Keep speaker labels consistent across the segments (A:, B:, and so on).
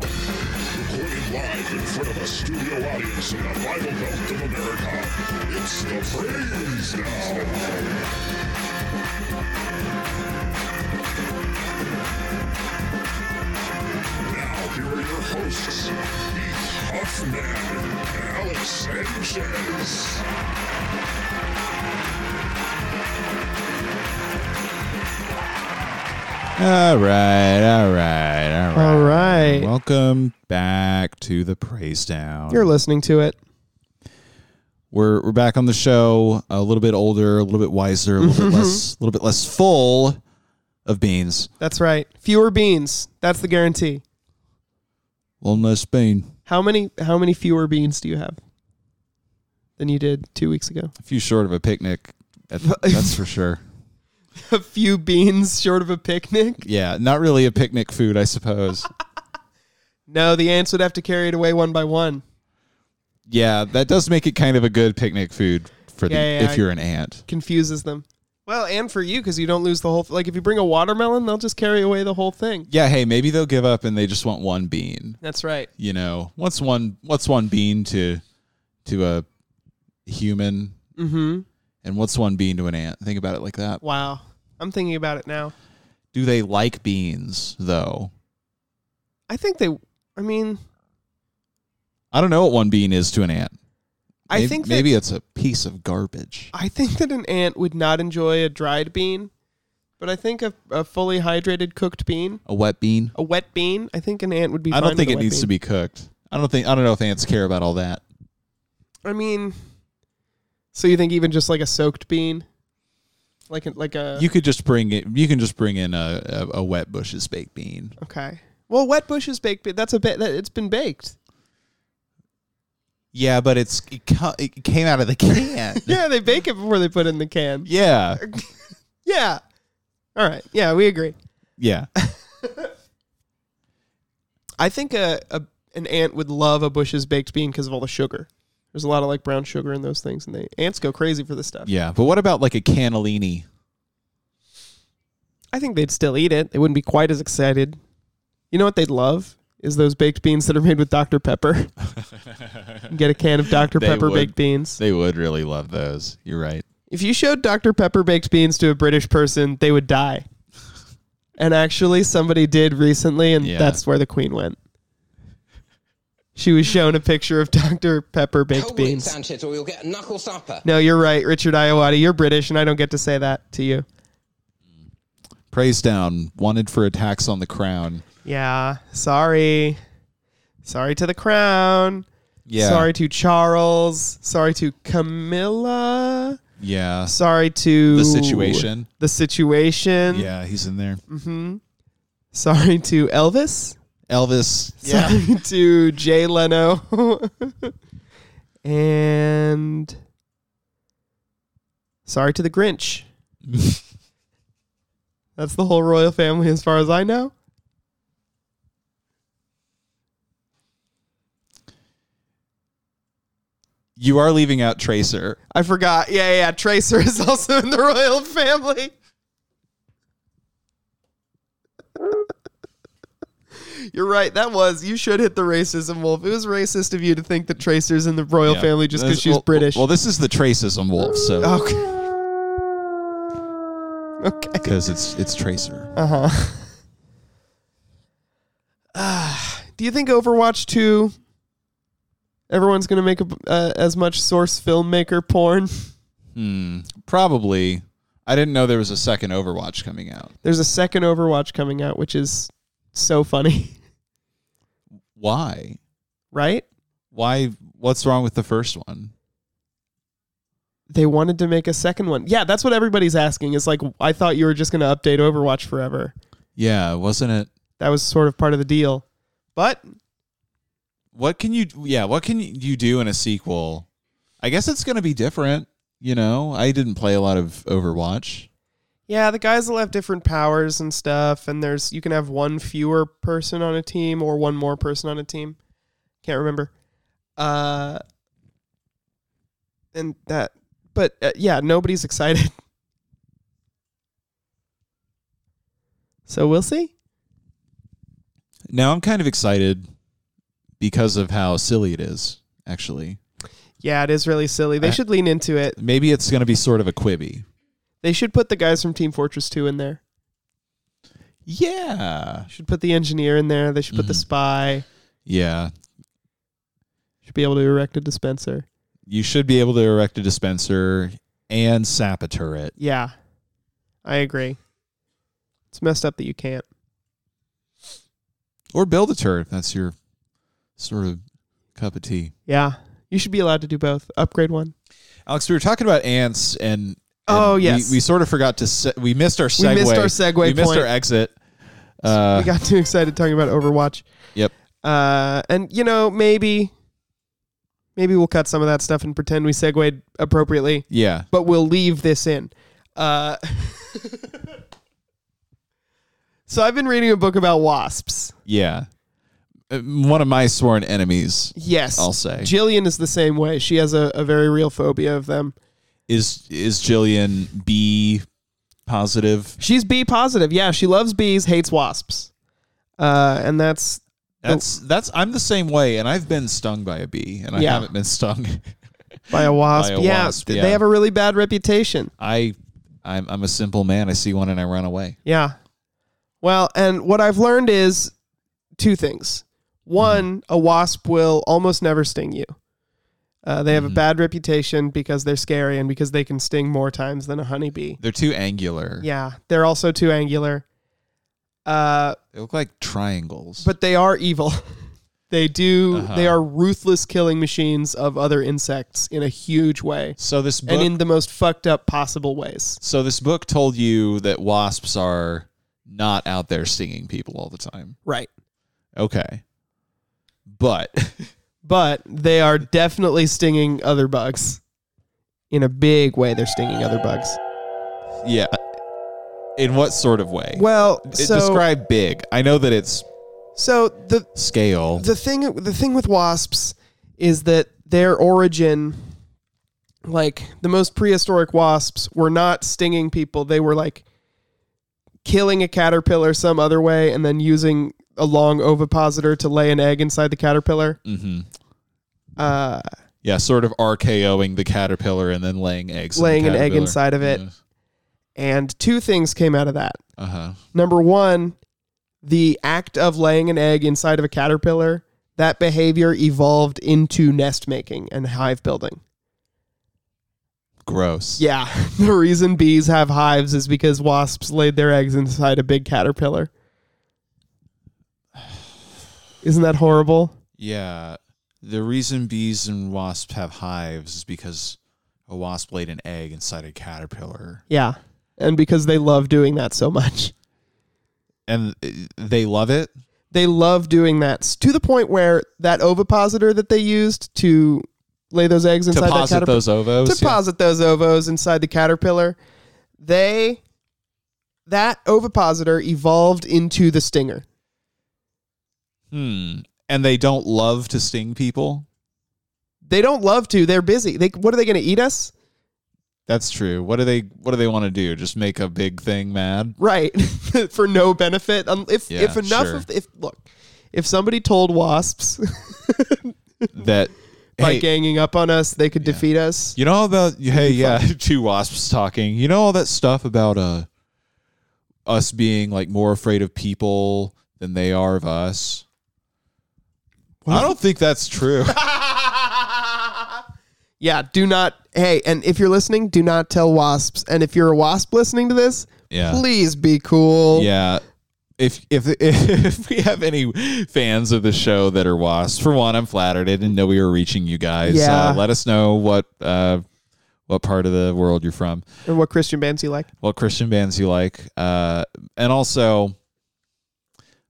A: Recorded live in front of a studio audience in the Bible Belt of America, it's the Praise Now. Now, here are your hosts, Heath Huffman and Alex Sanchez.
B: All right, all right, all right.
C: All right.
B: Welcome back to the Praise Down.
C: You're listening to it.
B: we're we're back on the show, a little bit older, a little bit wiser, a
C: Mm-hmm,
B: little bit less, a little bit less full of beans.
C: That's right. Fewer beans. That's the guarantee.
B: One less bean,
C: How many how many fewer beans do you have than you did 2 weeks ago?
B: a few short of a picnic. at- That's for sure.
C: A few beans short of a picnic?
B: Yeah, not really a picnic food, I suppose.
C: No, the ants would have to carry it away one by one.
B: Yeah, that does make it kind of a good picnic food for the
C: Yeah, yeah,
B: if
C: I-
B: you're an ant.
C: Confuses them. Well, and for you cuz you don't lose the whole like if you bring a watermelon, they'll just carry away the whole thing.
B: Yeah, hey, maybe they'll give up and they just want one bean.
C: That's right.
B: you know what's one what's one bean to to a human
C: Mhm.
B: and what's one bean to an ant think about it like that
C: Wow. I'm thinking about it now.
B: do they like beans though
C: I think they I mean,
B: i don't know what one bean is to an ant
C: I
B: maybe,
C: think that-
B: maybe it's a piece of garbage
C: I think that an ant would not enjoy a dried bean, but I think a, a fully hydrated cooked bean,
B: a wet bean
C: a wet bean, I think an ant would be.
B: i don't think it needs to be cooked i don't think i don't know if ants care about all that
C: I mean, so you think even just like a soaked bean, like a, like a
B: you could just bring it you can just bring in a, a, a wet bush's baked bean
C: okay. Well, wet bushes baked. But that's a bit. That, it's been baked.
B: yeah but it's it, co- it came out of the can
C: Yeah, they bake it before they put it in the can.
B: yeah
C: Yeah. All right. Yeah, we agree.
B: yeah
C: I think a, a an ant would love a bush's baked bean because of all the sugar. There's a lot of like brown sugar in those things, and they ants go crazy for this stuff.
B: yeah but what about like a cannellini
C: I think they'd still eat it. They wouldn't be quite as excited. You know what they'd love is those baked beans that are made with Dr Pepper. Get a can of Dr
B: They
C: Pepper
B: would.
C: baked beans.
B: They would really love those. You're right.
C: If you showed Dr Pepper baked beans to a British person, they would die. And actually, somebody did recently, and
B: Yeah.
C: that's where the Queen went. She was shown a picture of Dr Pepper baked
D: Hold it,
C: beans.
D: Sanchez, or you'll get a knuckle supper.
C: No, you're right, Richard Iowati. You're British, and I don't get to say that to you.
B: Praise down, wanted for attacks on the crown.
C: Yeah, sorry. Sorry to the crown.
B: Yeah.
C: Sorry to Charles. Sorry to Camilla.
B: Yeah.
C: Sorry to
B: The situation.
C: The situation.
B: Yeah, he's in there.
C: Mm-hmm. Sorry to Elvis.
B: Elvis.
C: Sorry to Jay Leno. and sorry to the Grinch. That's the whole royal family as far as I know.
B: You are leaving out Tracer.
C: I forgot. Yeah, yeah, yeah. Tracer is also in the royal family. You're right. That was. You should hit the racism wolf. It was racist of you to think that Tracer's in the royal
B: Yeah.
C: family just because
B: This-
C: she's
B: well-
C: British. Oh,
B: Well, this is the Tracism wolf, so
C: okay. Okay.
B: because it's it's Tracer.
C: Uh huh. Do you think Overwatch 2 everyone's going to make a, uh, as much source filmmaker porn?
B: Hmm. Probably. I didn't know there was a second Overwatch coming out.
C: There's a second Overwatch coming out, which is so funny,
B: Why?
C: right?
B: Why? What's wrong with the first one?
C: They wanted to make a second one. Yeah, that's what everybody's asking. Is like, I thought you were just going to update Overwatch forever.
B: Yeah, wasn't it?
C: That was sort of part of the deal. But
B: What can you? Yeah, what can you do in a sequel? I guess it's going to be different. You know, I didn't play a lot of Overwatch.
C: yeah, the guys will have different powers and stuff. And there's, you can have one fewer person on a team or one more person on a team. Can't remember. Uh, and that, but uh, yeah, nobody's excited. So we'll see.
B: Now I'm kind of excited because of how silly it is. Actually,
C: Yeah, it is really silly. They
B: I-
C: should lean into it.
B: maybe it's going to be sort of a Quibi.
C: They should put the guys from Team Fortress 2 in there.
B: Yeah,
C: Should put the engineer in there. They should put the
B: Mhm.
C: spy.
B: yeah.
C: Should be able to erect a dispenser.
B: You should be able to erect a dispenser and sap a turret.
C: Yeah, I agree. It's messed up that you can't.
B: or build a turret. if That's your sort of cup of tea.
C: Yeah, you should be allowed to do both. Upgrade one.
B: Alex, we were talking about ants, and, and
C: Oh,
B: we-
C: yes.
B: we, sort of forgot to se- we missed our segue.
C: We missed our segue
B: We missed
C: point.
B: our exit. Uh,
C: we got too excited talking about Overwatch.
B: Yep.
C: Uh, and you know maybe, maybe we'll cut some of that stuff and pretend we segued appropriately,
B: yeah,
C: but we'll leave this in. Uh, so I've been reading a book about wasps.
B: yeah. Uh, One of my sworn enemies
C: Yes,
B: I'll say.
C: Jillian is the same way. She has a, a very real phobia of them.
B: is is Jillian B positive.
C: She's B positive. Yeah, she loves bees, hates wasps. Uh, and that's
B: That's that's I'm the same way, and I've been stung by a bee, and I
C: Yeah.
B: haven't been stung.
C: by a wasp.
B: By a
C: yeah,
B: wasp,
C: th-
B: yeah.
C: they have a really bad reputation.
B: I I'm I'm a simple man. I see one and I run away.
C: Yeah. Well, and what I've learned is two things. One, a wasp will almost never sting you. Uh, they have
B: Mm-hmm.
C: a bad reputation because they're scary and because they can sting more times than a honeybee.
B: They're too angular.
C: Yeah, they're also too angular. Uh,
B: They look like triangles.
C: but they are evil. they do.
B: Uh-huh.
C: They are ruthless killing machines of other insects in a huge way
B: so this book
C: and in the most fucked up possible ways.
B: So this book told you that wasps are not out there stinging people all the time.
C: Right.
B: Okay. But
C: But they are definitely stinging other bugs. In a big way, they're stinging other bugs.
B: yeah. In what sort of way?
C: Well,
B: It-
C: so
B: describe big. I know that it's
C: so the
B: scale.
C: the thing the thing with wasps is that their origin like the most prehistoric wasps were not stinging people they were like killing a caterpillar some other way and then using a long ovipositor to lay an egg inside the caterpillar
B: Mhm.
C: uh,
B: Yeah, sort of RKOing the caterpillar and then laying eggs. in the
C: Laying an egg
B: caterpillar.
C: inside of it. and two things came out of that
B: Uh huh.
C: number one the act of laying an egg inside of a caterpillar that behavior evolved into nest making and hive building
B: Gross.
C: Yeah, the reason bees have hives is because wasps laid their eggs inside a big caterpillar. Isn't that horrible?
B: Yeah. The reason bees and wasps have hives is because a wasp laid an egg inside a caterpillar.
C: Yeah. And because they love doing that so much.
B: And uh, they love it.
C: They love doing that s- to the point where that ovipositor that they used to lay those eggs
B: to
C: inside that
B: posit
C: caterpillar
B: those ovos.
C: to
B: yeah.
C: posit those ovos inside the caterpillar, they that ovipositor evolved into the stinger.
B: Hmm. And they don't love to sting people.
C: They don't love to. They're busy. They what are they going to eat us?
B: That's true. What do they What do they want to do? Just make a big thing mad?
C: right for no benefit um, if
B: Yeah,
C: if enough
B: sure.
C: of if look if somebody told wasps
B: That
C: by
B: hey,
C: ganging up on us they could defeat us
B: you know all about hey yeah two wasps talking. You know all that stuff about uh us being like more afraid of people than they are of us. I don't think that's true.
C: yeah do not hey and if you're listening do not tell wasps and if you're a wasp listening to this
B: Yeah.
C: please be cool
B: yeah. If, if if we have any fans of the show that are wasps, for one, I'm flattered. I didn't know we were reaching you guys.
C: Yeah.
B: Uh, let us know what uh, what part of the world you're from,
C: and what christian bands you like
B: what Christian bands you like, uh, and also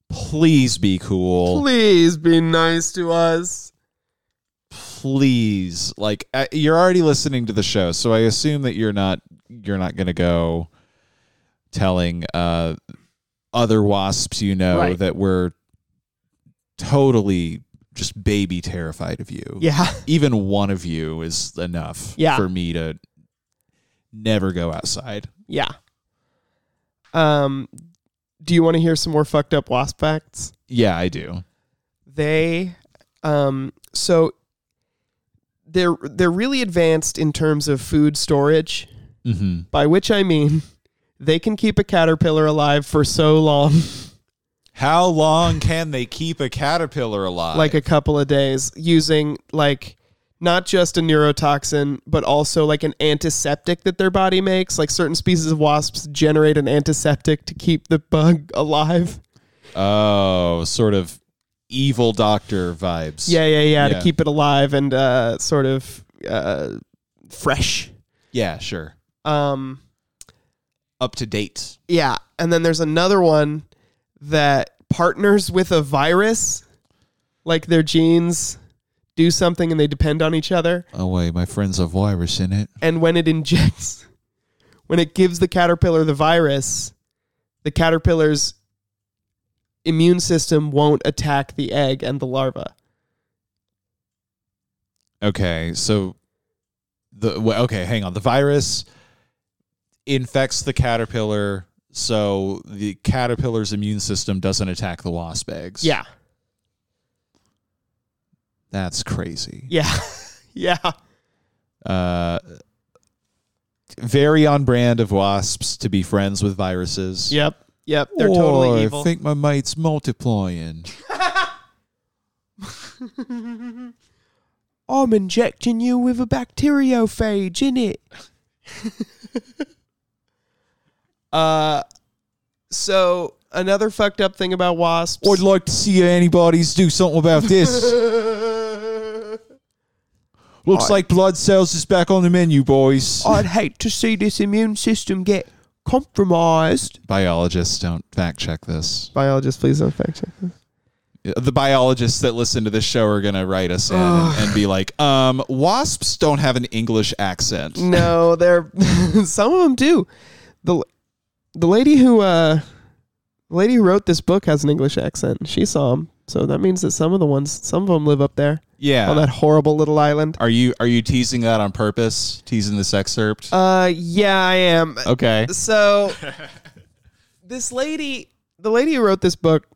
B: please be cool.
C: please be nice to us
B: Please, like uh, you're already listening to the show, so I assume that you're not you're not gonna go telling uh, other wasps you know
C: Right.
B: that we're totally just baby terrified of you.
C: yeah
B: Even one of you is enough
C: Yeah.
B: for me to never go outside.
C: Yeah. Um do you want to hear some more fucked up wasp facts?
B: Yeah, I do.
C: They, um, so they're they're really advanced in terms of food storage,
B: Mm-hmm.
C: by which I mean they can keep a caterpillar alive for so long,
B: How long can they keep a caterpillar alive?
C: like a couple of days, using like not just a neurotoxin, but also like an antiseptic that their body makes. Like certain species of wasps generate an antiseptic to keep the bug alive.
B: oh, sort of evil doctor vibes.
C: Yeah, yeah, yeah,
B: Yeah.
C: to keep it alive and uh, sort of uh, fresh.
B: yeah, sure.
C: Um,
B: Up to date.
C: yeah, and then there's another one that partners with a virus, like their genes do something and they depend on each other.
B: Oh wait, my friends have virus in it.
C: And when it injects, when it gives the caterpillar the virus, the caterpillar's immune system won't attack the egg and the larva.
B: Okay, so the well, okay, hang on. The virus infects the caterpillar, so the caterpillar's immune system doesn't attack the wasp eggs.
C: Yeah,
B: that's crazy.
C: yeah, yeah.
B: Uh, very on brand of wasps to be friends with viruses.
C: Yep, yep. They're totally evil.
B: Oh, I think my mate's multiplying.
C: I'm injecting you with a bacteriophage in it. uh, so another fucked up thing about wasps.
B: I'd like to see antibodies do something about this. Looks like blood cells is back on the menu, boys.
C: I'd hate to see this immune system get compromised.
B: Biologists don't fact check this.
C: Biologists, please don't fact check this.
B: The biologists that listen to this show are gonna write us in and, and be like, um, wasps don't have an English accent.
C: No, they're some of them do. the The lady who uh, the lady who wrote this book has an English accent. She saw them, so that means that some of the ones, some of them live up there
B: Yeah.
C: on that horrible little island.
B: Are you are you teasing that on purpose? Teasing this excerpt?
C: Uh, yeah, I am.
B: okay.
C: So this lady, the lady who wrote this book,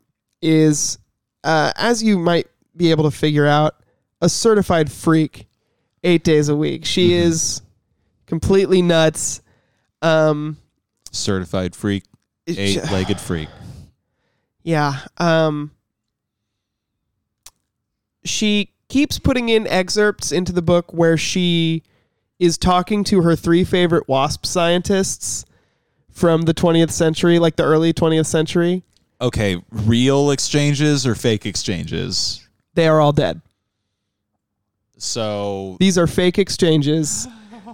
C: is, uh, as you might be able to figure out, a certified freak, eight days a week. She is completely nuts. Um,
B: Certified freak,
C: it-
B: eight legged freak.
C: Yeah. Um she keeps putting in excerpts into the book where she is talking to her three favorite wasp scientists from the 20th century, like the early 20th century.
B: Okay, real exchanges or fake exchanges?
C: They are all dead.
B: So
C: These are fake exchanges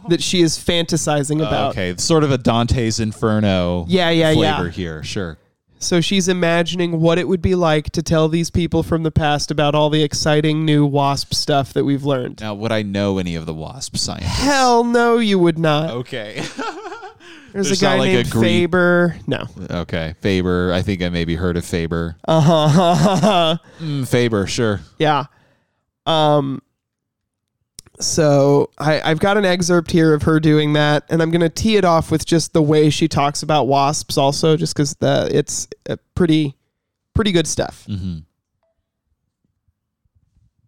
C: that she is fantasizing about.
B: Oh, okay, sort of a Dante's Inferno
C: Yeah, yeah,
B: flavor
C: yeah.
B: here, sure.
C: So she's imagining what it would be like to tell these people from the past about all the exciting new wasp stuff that we've learned.
B: Now, would I know any of the wasp scientists?
C: Hell no, you would not.
B: Okay.
C: There's,
B: Oh, There's
C: a
B: not
C: guy
B: like a
C: named
B: Greek-
C: Faber. No.
B: okay, Faber. I think I maybe heard of Faber.
C: Uh huh.
B: Mm, Faber, sure.
C: yeah. Um. So I, I've got an excerpt here of her doing that, and I'm gonna tee it off with just the way she talks about wasps, also, just because the it's uh, pretty, pretty good stuff.
B: Mm-hmm.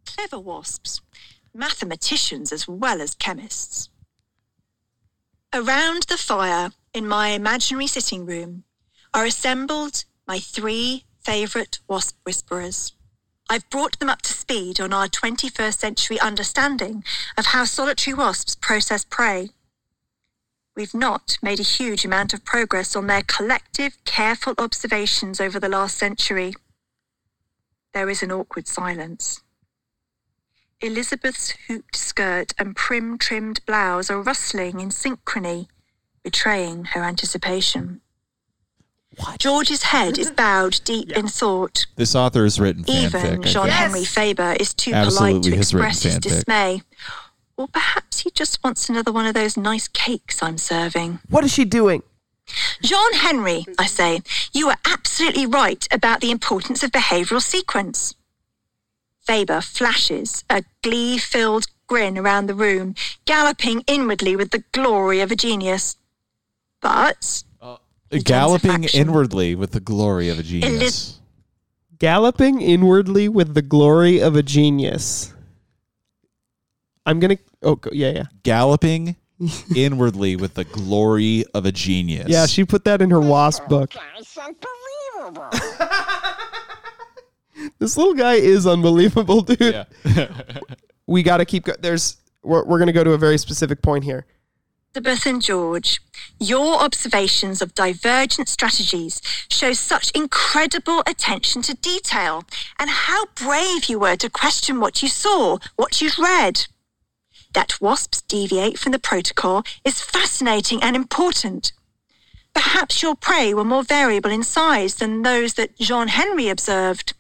E: clever wasps, mathematicians as well as chemists. Around the fire in my imaginary sitting room are assembled my three favourite wasp whisperers. I've brought them up to speed on our 21st century understanding of how solitary wasps process prey. We've not made a huge amount of progress on their collective, careful observations over the last century. There is an awkward silence. Elizabeth's hooped skirt and prim trimmed blouse are rustling in synchrony, betraying her anticipation. George's head is bowed deep in thought.
B: This author has written
E: Even
B: fanfic. I
E: Jean
B: think.
E: Henry Faber is too polite
B: Absolutely
E: to
B: has written
E: express his
B: fanfic.
E: dismay. Or perhaps he just wants another one of those nice cakes I'm serving.
C: What is she doing?
E: Jean Henry, I say, you are absolutely right about the importance of behavioural sequence. Faber flashes a glee filled grin around the room, galloping inwardly with the glory of a genius. But becomes a
B: Galloping
E: faction.
B: inwardly with the glory of a genius.
C: Galloping inwardly with the glory of a genius. I'm gonna. Oh go- yeah, yeah,
B: Galloping inwardly with the glory of a genius.
C: yeah. She put that in her wasp book.
D: That's unbelievable.
C: This little guy is unbelievable, dude.
B: Yeah.
C: We got to keep. Go- There's. We're, we're gonna go to a very specific point here.
E: Elizabeth and George, your observations of divergent strategies show such incredible attention to detail and how brave you were to question what you saw, what you'd read. That wasps deviate from the protocol is fascinating and important. Perhaps your prey were more variable in size than those that Jean Henry observed.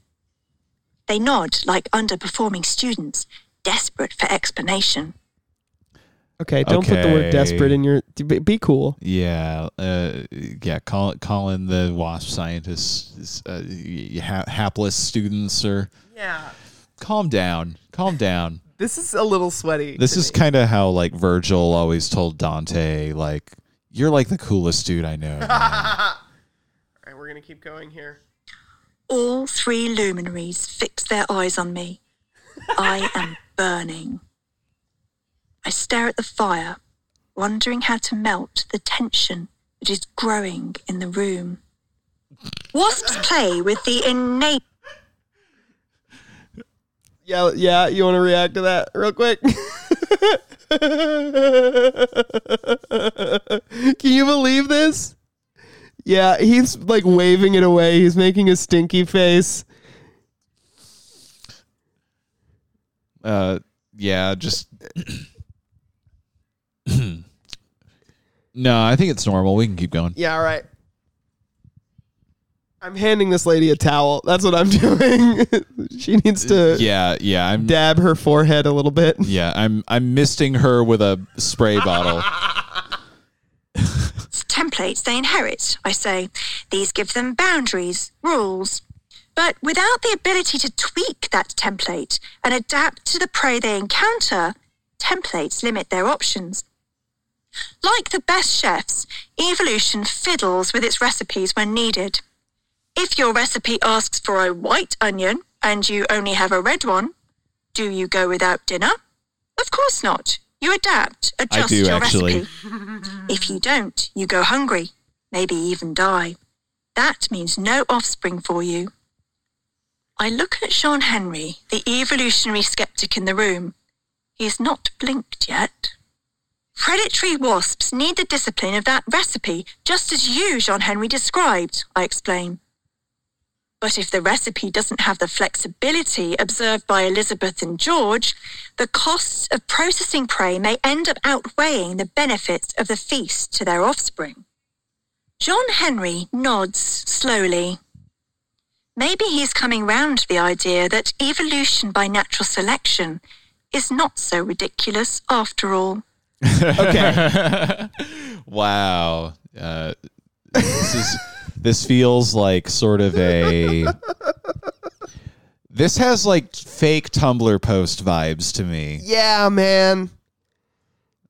E: They nod like underperforming students, desperate for explanation.
C: Okay, don't put the word
B: Okay.
C: desperate in your. Be, be cool.
B: Yeah, uh, yeah. Call, calling the wasp scientists uh, ha- hapless students, or
C: Yeah.
B: calm down, calm down.
C: This is a little sweaty.
B: This is kind of how like Virgil always told Dante, like you're like the coolest dude I know. man."
C: All right, we're gonna keep going here.
E: All three luminaries fix their eyes on me. I am burning. I stare at the fire, wondering how to melt the tension that is growing in the room. Wasps play with the innate
C: Yeah, yeah. You want to react to that real quick? Can you believe this? Yeah, he's like waving it away. He's making a stinky face.
B: uh, yeah, just. no, I think it's normal. We can keep going.
C: Yeah, all right. I'm handing this lady a towel. That's what I'm doing. she needs to
B: Yeah, yeah. I'm
C: dab her forehead a little bit.
B: yeah. I'm I'm misting her with a spray bottle.
E: templates they inherit, I say. These give them boundaries, rules. But without the ability to tweak that template and adapt to the prey they encounter, templates limit their options. Like the best chefs, evolution fiddles with its recipes when needed. If your recipe asks for a white onion and you only have a red one, do you go without dinner? Of course not. You adapt, adjust
B: do,
E: your
B: actually.
E: recipe. If you don't, you go hungry, maybe even die. That means no offspring for you. I look at Sean Henry, the evolutionary skeptic in the room. He has not blinked yet. Predatory wasps need the discipline of that recipe, just as you, Jean Henry, described, I explain. But if the recipe doesn't have the flexibility observed by Elizabeth and George, the costs of processing prey may end up outweighing the benefits of the feast to their offspring. John Henry nods slowly. Maybe he's coming round to the idea that evolution by natural selection is not so ridiculous after all.
C: Okay.
B: wow. Uh, this is this feels like sort of a This has like fake Tumblr post vibes to me.
C: yeah, man.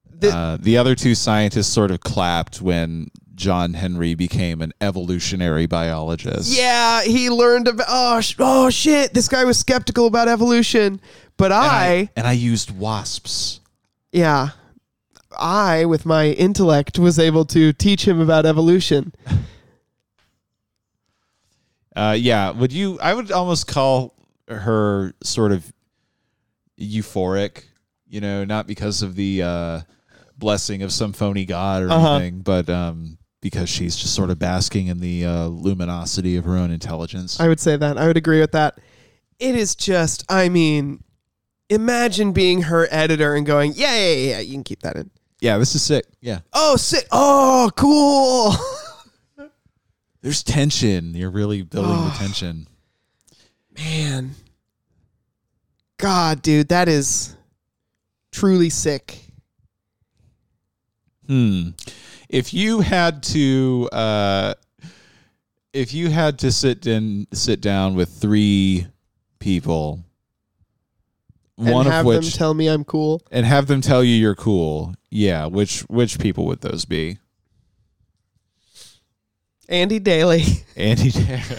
C: The-
B: Uh, the other two scientists sort of clapped when John Henry became an evolutionary biologist.
C: Yeah, he learned about. Oh, sh- oh shit! This guy was skeptical about evolution, but
B: And
C: I,
B: and I used wasps.
C: yeah, I with my intellect was able to teach him about evolution.
B: Uh, yeah. Would you? I would almost call her sort of euphoric. You know, not because of the uh, blessing of some phony god or
C: Uh-huh.
B: anything, but um, because she's just sort of basking in the uh, luminosity of her own intelligence.
C: I would say that. I would agree with that. It is just. I mean, imagine being her editor and going, yeah, yeah, yeah, yeah you can keep that in.
B: yeah, this is sick. Yeah,
C: Oh, sit. Oh, cool.
B: there's tension. You're really building the tension.
C: Man. God, dude, that is truly sick.
B: Hmm. If you had to, uh, if you had to sit in, sit down with three people,
C: And
B: one of
C: have
B: which,
C: them tell me I'm cool.
B: and have them tell you you're cool, yeah. Which which people would those be?
C: Andy Daly.
B: Andy.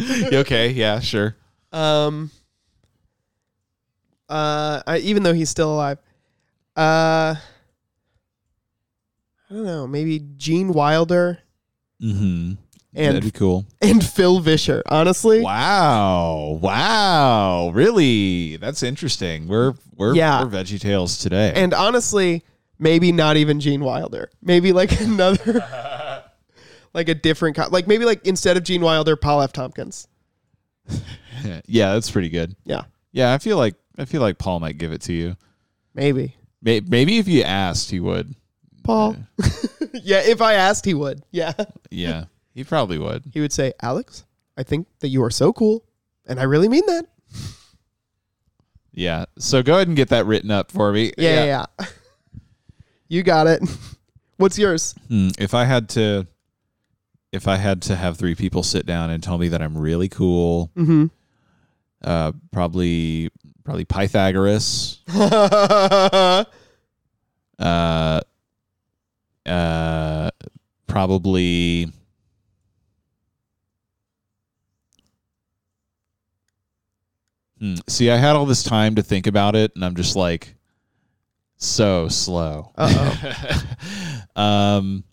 B: You okay? Yeah, sure.
C: Um, uh, I, even though he's still alive, uh, I don't know. Maybe Gene Wilder
B: Mm-hmm. That'd be
C: and
B: cool.
C: and Phil Vischer. Honestly,
B: Wow! Wow! Really? That's interesting. We're we're
C: Yeah.
B: we're Veggie Tales today.
C: and honestly, maybe not even Gene Wilder. Maybe like another, like a different, co- like maybe like instead of Gene Wilder, Paul F. Tompkins.
B: yeah, that's pretty good.
C: Yeah,
B: Yeah, I feel like I feel like Paul might give it to you.
C: maybe
B: May- Maybe if you asked, he would.
C: Paul. yeah, if I asked, he would. Yeah,
B: Yeah, he probably would.
C: he would say, Alex, I think that you are so cool, and I really mean that.
B: Yeah. So go ahead and get that written up for me.
C: Yeah, yeah. yeah. you got it. What's yours?
B: Hmm, if I had to, if I had to have three people sit down and tell me that I'm really cool,
C: Mm-hmm.
B: uh, probably probably Pythagoras, uh, uh, probably. Hmm, See, I had all this time to think about it, and I'm just like so slow. um,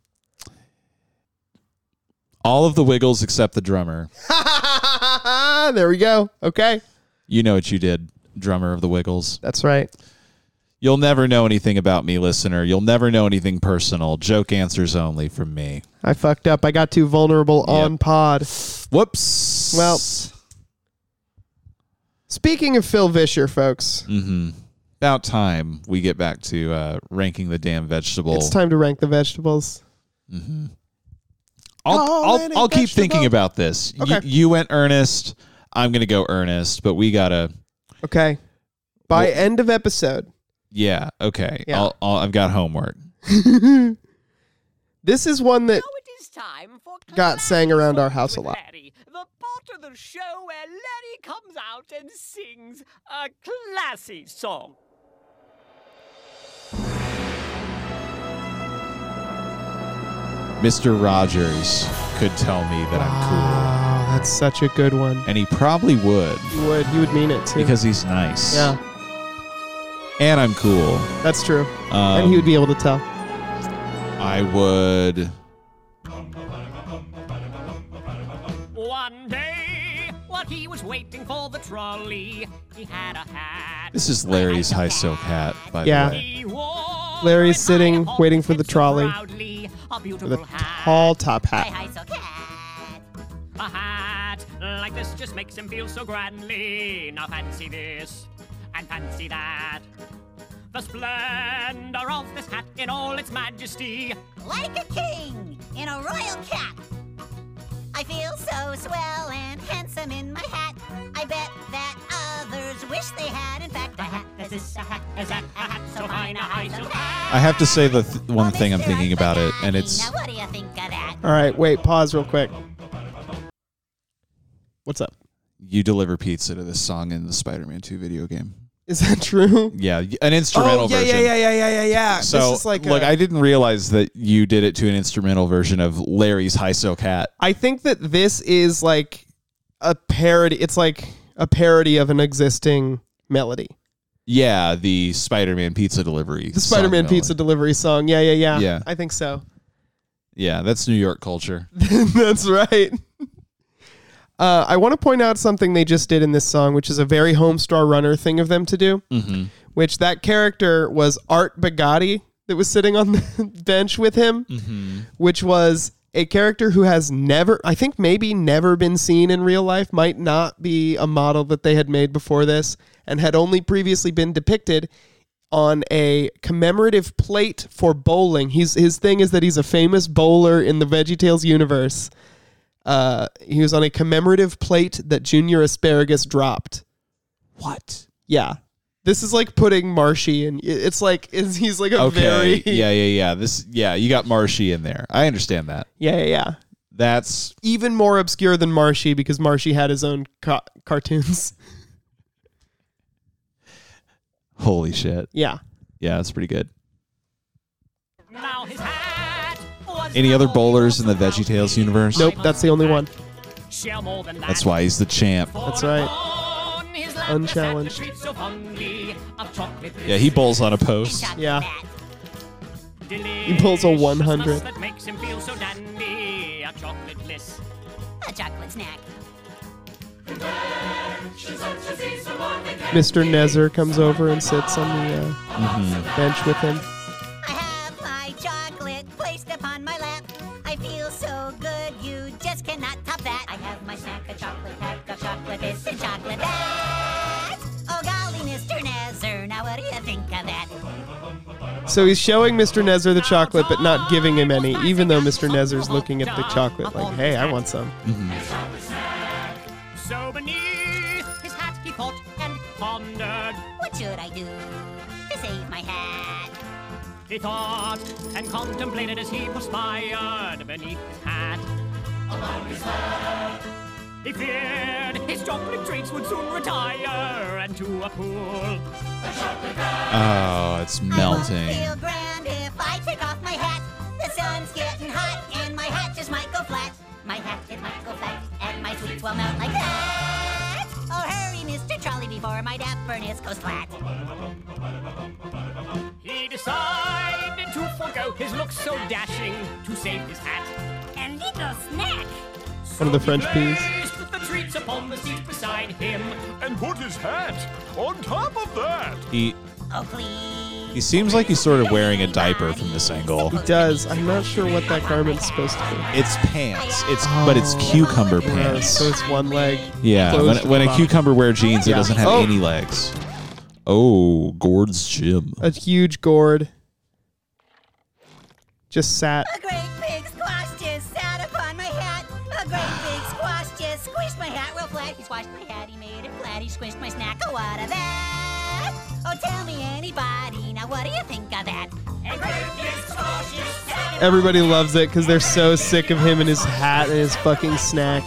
B: all of the Wiggles except the drummer.
C: Uh-oh. there we go. Okay.
B: You know what you did, drummer of the Wiggles.
C: That's right.
B: You'll never know anything about me, listener. You'll never know anything personal. Joke answers only from me.
C: I fucked up. I got too vulnerable on pod.
B: Whoops.
C: Well- Speaking of Phil Vischer, folks,
B: hmm about time we get back to uh, ranking the damn vegetable.
C: it's time to rank the vegetables.
B: I'll,
C: Oh,
B: I'll,
C: man,
B: I'll keep
C: vegetable.
B: thinking about this. You-
C: Okay.
B: You, went earnest. I'm going to go earnest, but we got to.
C: Okay. By end of episode,
B: Yeah. Okay.
C: Yeah.
B: I'll, I'll, I've got homework.
C: this is one that
F: it is time for
C: got sang around our house a lot.
F: Larry, the part of the show where Larry comes out and sings a classy song.
B: Mr. Rogers could tell me that I'm cool.
C: Wow, that's such a good one.
B: And he probably would
C: You would, you would mean it too.
B: because he's nice.
C: yeah,
B: And I'm cool.
C: that's true.
B: Um,
C: and he would be able to tell.
B: I would.
F: One day, while he was waiting for the trolley, he had a hat.
B: This is Larry's high silk hat, by
C: Yeah.
B: the way.
F: He wore
C: Larry's
F: an
C: sitting,
F: eye-hole
C: waiting for the
F: and so
C: trolley
F: proudly, a beautiful
C: With a
F: hat.
C: tall top
F: A
C: hat.
F: high silk hat. A hat like this just makes him feel so grandly. Now fancy this and fancy that. The splendor of this hat in all its majesty.
G: like a king in a royal cap. I feel so swell and handsome in my hat. I bet that others wish they had, in fact, a hat.
F: This is a hat, is that a hat so fine, a high silk hat.
B: I have to say the th- one
G: Well,
B: thing I'm
G: Mr.
B: thinking about it, and
G: Unfagani,
B: it's
G: Now, what do you think of that?
C: All right, wait, pause real quick. What's up?
B: you deliver pizza to this song in the Spider-Man 2 video game.
C: Is that true?
B: Yeah, y- an instrumental
C: Oh, yeah,
B: version.
C: yeah, yeah, yeah, yeah, yeah, yeah.
B: So,
C: this is like,
B: look,
C: a-
B: I I didn't realize that you did it to an instrumental version of Larry's high silk hat.
C: I think that this is like a parody. It's like a parody of an existing melody.
B: Yeah, the Spider-Man pizza delivery.
C: The Spider-Man pizza delivery song. Yeah, yeah, yeah.
B: Yeah.
C: I think so.
B: Yeah, that's New York culture.
C: That's right. Uh, I want to point out something they just did in this song, which is a very Homestar Runner thing of them to do. Which that character was Art Bugatti that was sitting on the bench with him, which was a character who has never, I think maybe never been seen in real life, might not be a model that they had made before this, and had only previously been depicted on a commemorative plate for bowling. He's his thing is that he's a famous bowler in the VeggieTales universe. Uh, he was on a commemorative plate that Junior Asparagus dropped.
B: What?
C: Yeah, this is like putting Marshy in. It's like is he's like a
B: Okay.
C: very
B: yeah, yeah, yeah. This yeah, you got Marshy in there. I understand that.
C: yeah yeah yeah.
B: That's
C: Even more obscure than Marshy because Marshy had his own ca- cartoons.
B: holy shit.
C: Yeah.
B: Yeah, that's pretty good.
F: Now his hat was
B: Any other bowlers in the VeggieTales universe?
C: Nope, that's the only one.
F: Share more than that.
B: That's why he's the champ.
C: That's right.
F: On his lap,
C: Unchallenged.
F: the sat the treat so fondly of chocolate
B: Yeah, he bowls on a post.
G: Shut
C: Yeah.
G: that.
F: He
C: pulls a 100.
F: That makes him feel so dandy. A chocolate bliss.
G: A chocolate snack.
C: Mr. Nezer comes over and sits on the uh,
B: Mm-hmm.
C: bench with him.
G: I have my chocolate placed upon my lap. I feel so good, you just cannot top that. I have my snack, a chocolate pack of chocolate this and chocolate that. Oh golly, Mr. Nazar, now what do you think of that?
C: So he's showing Mr. Nezer the chocolate, but not giving him any, even though Mr. Nezer's looking at the chocolate like, hey, I want some.
F: So beneath his hat he thought and pondered.
G: What should I do to save my hat?
F: He thought and contemplated as he perspired beneath his hat. Along his hat. He feared his chocolate treats would soon retire and to a pool.
B: Oh, it's
G: I
B: melting.
G: won't feel grand if I take off my hat. The sun's getting hot and my hat just might go flat. My hat it might go flat and my tweets will melt like that. Oh hurry, Mr. Trolley, before my dap furnace goes flat.
F: He decided to forego his look so dashing to save his hat.
G: A little snack.
C: One of the French peas.
F: Placed the treats upon the seat beside him.
H: and put his hat on top of that.
B: He
G: Oh please.
B: he seems like he's sort of wearing a diaper from this angle.
C: He does. I'm not sure what that garment's supposed to be.
B: It's pants. It's but it's cucumber
C: Oh. Yeah,
B: pants.
C: so it's one leg.
B: Yeah,
C: closed
B: when,
C: at the
B: when a
C: bottom.
B: cucumber wears jeans, it
C: Yeah.
B: doesn't have
C: Oh.
B: any legs. Oh, Gord's Jim.
C: A huge gourd. Just sat.
G: A great big squash just sat upon my hat. A great big squash just squished my hat real flat. He squashed my hat, he made it flat, he squished my snack. Oh, what of that? Oh, tell me anybody, now what do you think of that? A great big squash just sat
C: Everybody loves it because they're so sick of him and his hat and his fucking snack.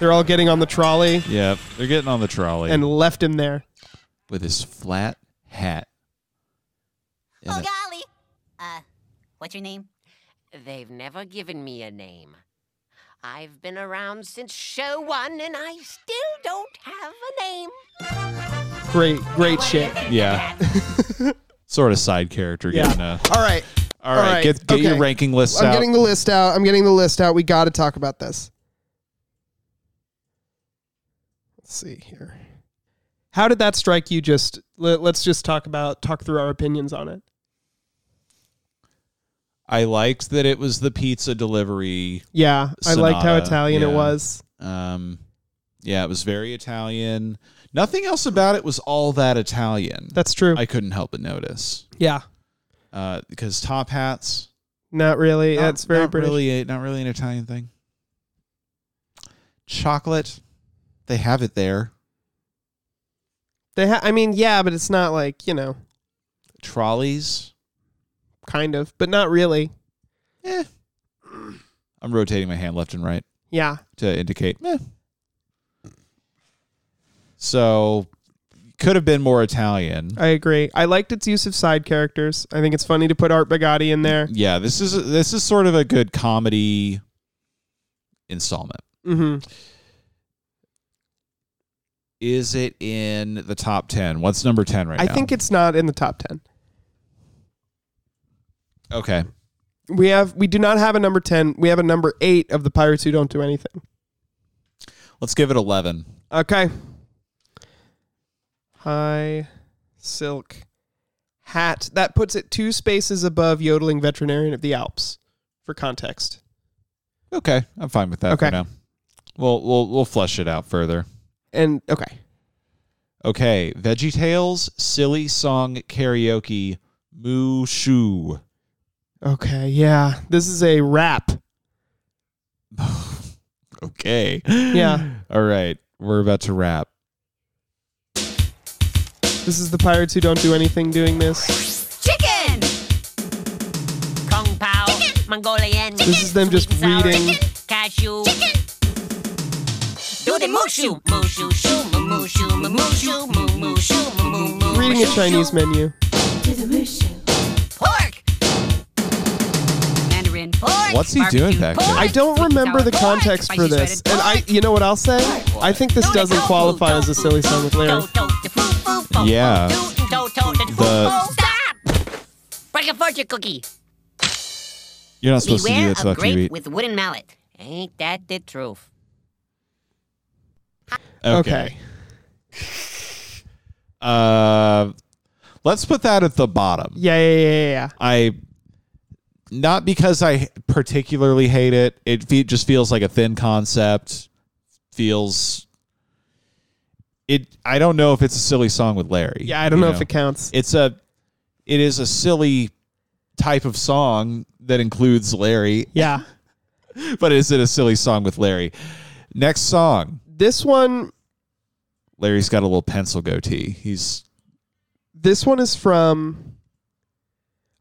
C: They're all getting on the trolley
B: Yeah, they're getting on the trolley
C: and left him there.
B: with his flat hat.
G: Oh, golly. Uh, what's your name?
I: They've never given me a name. I've been around since show one and I still don't have a name.
C: Great, great shit.
B: Yeah. sort of side character
C: Yeah.
B: getting a.
C: All right.
B: All right,
C: right,
B: get, get your
C: okay.
B: ranking lists
C: I'm
B: out.
C: getting the list out. I'm getting the list out. We got to talk about this. Let's see here. How did that strike you? Just let, let's just talk about talk through our opinions on it.
B: I liked that it was the pizza delivery.
C: Yeah, I liked how
B: Sonata,
C: Italian it
B: yeah.
C: was.
B: Um, yeah, it was very Italian. Nothing else about it was all that Italian.
C: That's true.
B: I couldn't help but notice uh,
C: yeah,
B: because top hats.
C: not really. That's very
B: not
C: British.
B: Really a, not really an Italian thing. Chocolate, they have it there.
C: They, ha- I mean, yeah, but it's not like you know,
B: Trolleys,
C: kind of, but not really.
B: eh. I'm rotating my hand left and right
C: Yeah,
B: to indicate. eh. Meh. So, could have been more Italian.
C: I agree. I liked its use of side characters. I think it's funny to put Art Bugatti in there.
B: Yeah, this is this is sort of a good comedy installment.
C: hmm
B: Is it in the top ten? What's number ten right
C: I
B: now?
C: think it's not in the top ten.
B: okay.
C: We have we do not have a number ten. We have a number eight of the pirates who don't do anything.
B: Let's give it eleven.
C: Okay. High silk hat. That puts it two spaces above yodeling veterinarian of the Alps for context.
B: Okay, I'm fine with that for
C: Okay.
B: now. We'll we'll we'll flesh it out further.
C: And okay.
B: Okay, VeggieTales silly song karaoke moo shoo.
C: Okay, yeah. This is a rap.
B: Okay.
C: Yeah.
B: All right, we're about to wrap.
C: This is the pirates who don't do anything doing this.
G: Chicken!
I: Kung Pao, Mongolian,
C: This is them just
I: sour,
C: reading.
I: cashew, do the mooshu, mooshu, shoo, mooshu, mooshu, mooshu, mooshu, mooshu,
C: Reading a Chinese menu.
I: Do
B: What's he doing back there?
C: I don't remember the context for this, and I, you know what I'll say? I think this doesn't qualify as a silly song with lyrics.
B: Yeah. The-
I: The stop. Break a fortune cookie.
B: You're not supposed to do
I: Beware
B: that
I: of
B: till after you
I: grape
B: eat.
I: with wooden mallet. Ain't that the truth?
C: Okay.
B: Uh, let's put that at the bottom.
C: Yeah, yeah, yeah, yeah, yeah.
B: I not because I particularly hate it. It fe- just feels like a thin concept. Feels it. I don't know if it's a silly song with Larry.
C: Yeah, I don't
B: you
C: know if it counts.
B: It's a. It is a silly type of song that includes Larry,
C: Yeah.
B: but is it a silly song with Larry? Next song,
C: This one,
B: Larry's got a little pencil goatee. He's
C: this one is from,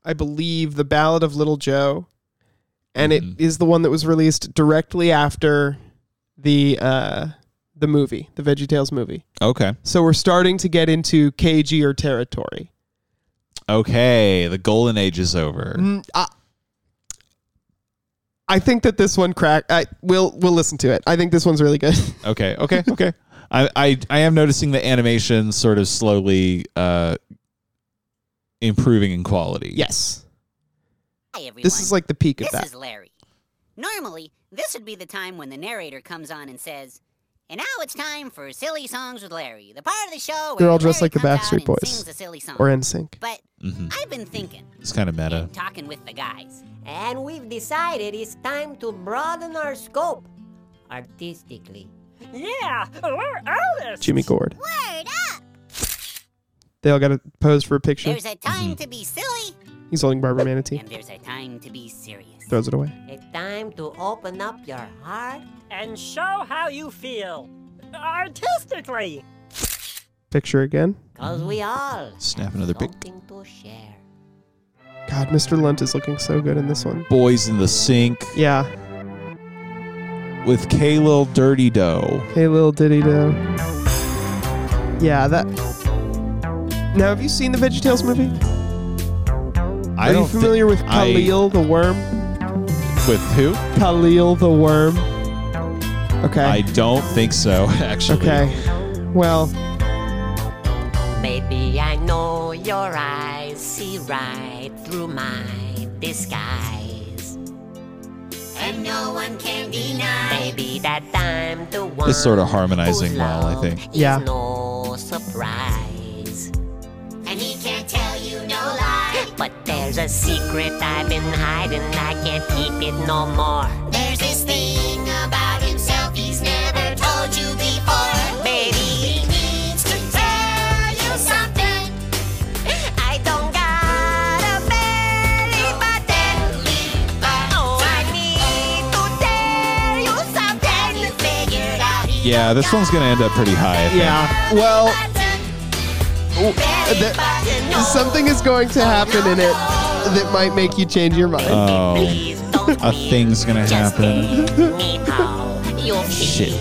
C: I believe, the Ballad of Little Joe, and it is the one that was released directly after the uh, the movie, the VeggieTales movie.
B: okay.
C: So we're starting to get into KG or territory.
B: Okay, the golden age is over.
C: Mm, I, I think that this one crack. I we'll we'll listen to it. I think this one's really good.
B: Okay, okay, okay. I, I I am noticing the animation sort of slowly uh improving in quality.
C: yes,
G: Hi, everyone.
C: this is like the peak of
G: This
C: that.
G: is Larry. Normally, this would be the time when the narrator comes on and says, "And now it's time for silly songs with Larry." The part of the show where
C: They're all dressed
G: Larry
C: like the
G: comes
C: Backstreet
G: on and
C: Boys.
G: sings a silly song.
C: Or NSYNC.
G: but
B: Mhm.
G: I've been thinking,
B: It's kind of meta.
G: talking with the guys.
I: And we've decided it's time to broaden our scope artistically.
F: Yeah, we're artists.
C: Jimmy Gord.
G: Word up!
C: They all got to pose for a picture.
G: There's a time to be silly,
C: He's holding Barbara Manatee.
G: and there's a time to be serious.
C: Throws it away.
I: It's time to open up your heart.
F: And show how you feel. Artistically.
C: Picture again.
I: Cause we all
B: Snap
I: have
B: another pic.
I: something to share.
C: God, Mr. Lunt is looking so good in this one.
B: Boys in the sink
C: Yeah.
B: with K Lil Dirty Dough.
C: Hey, little diddy do. Yeah, that. Now, have you seen the VeggieTales movie?
B: I
C: Are you
B: don't thi-
C: familiar with
B: I-
C: Khalil the worm?
B: with who?
C: Khalil the worm. Okay.
B: I don't think so, actually.
C: okay. Well,
I: Maybe I know your eyes see right through my disguise.
G: And no one can deny.
I: Maybe that I'm the one.
B: It's sort of harmonizing well, I think.
C: Yeah.
I: Yeah. No surprise.
G: And he can't tell you no lie.
I: But there's a secret I've been hiding, I can't keep it no more.
G: There's this thing about himself he's never told you before.
I: Baby.
G: he needs to tell you something.
I: I don't got a belly button. Oh, I need to tell you something.
G: You figured out he
B: Yeah, this one's gonna end up pretty high. I think.
C: yeah. Well,
G: Belly
C: that-
G: button, no.
C: something is going to happen in it that might make you change your mind.
B: Oh,
I: Please don't
B: a thing's gonna happen.
I: tell me how you feel.
B: Shit.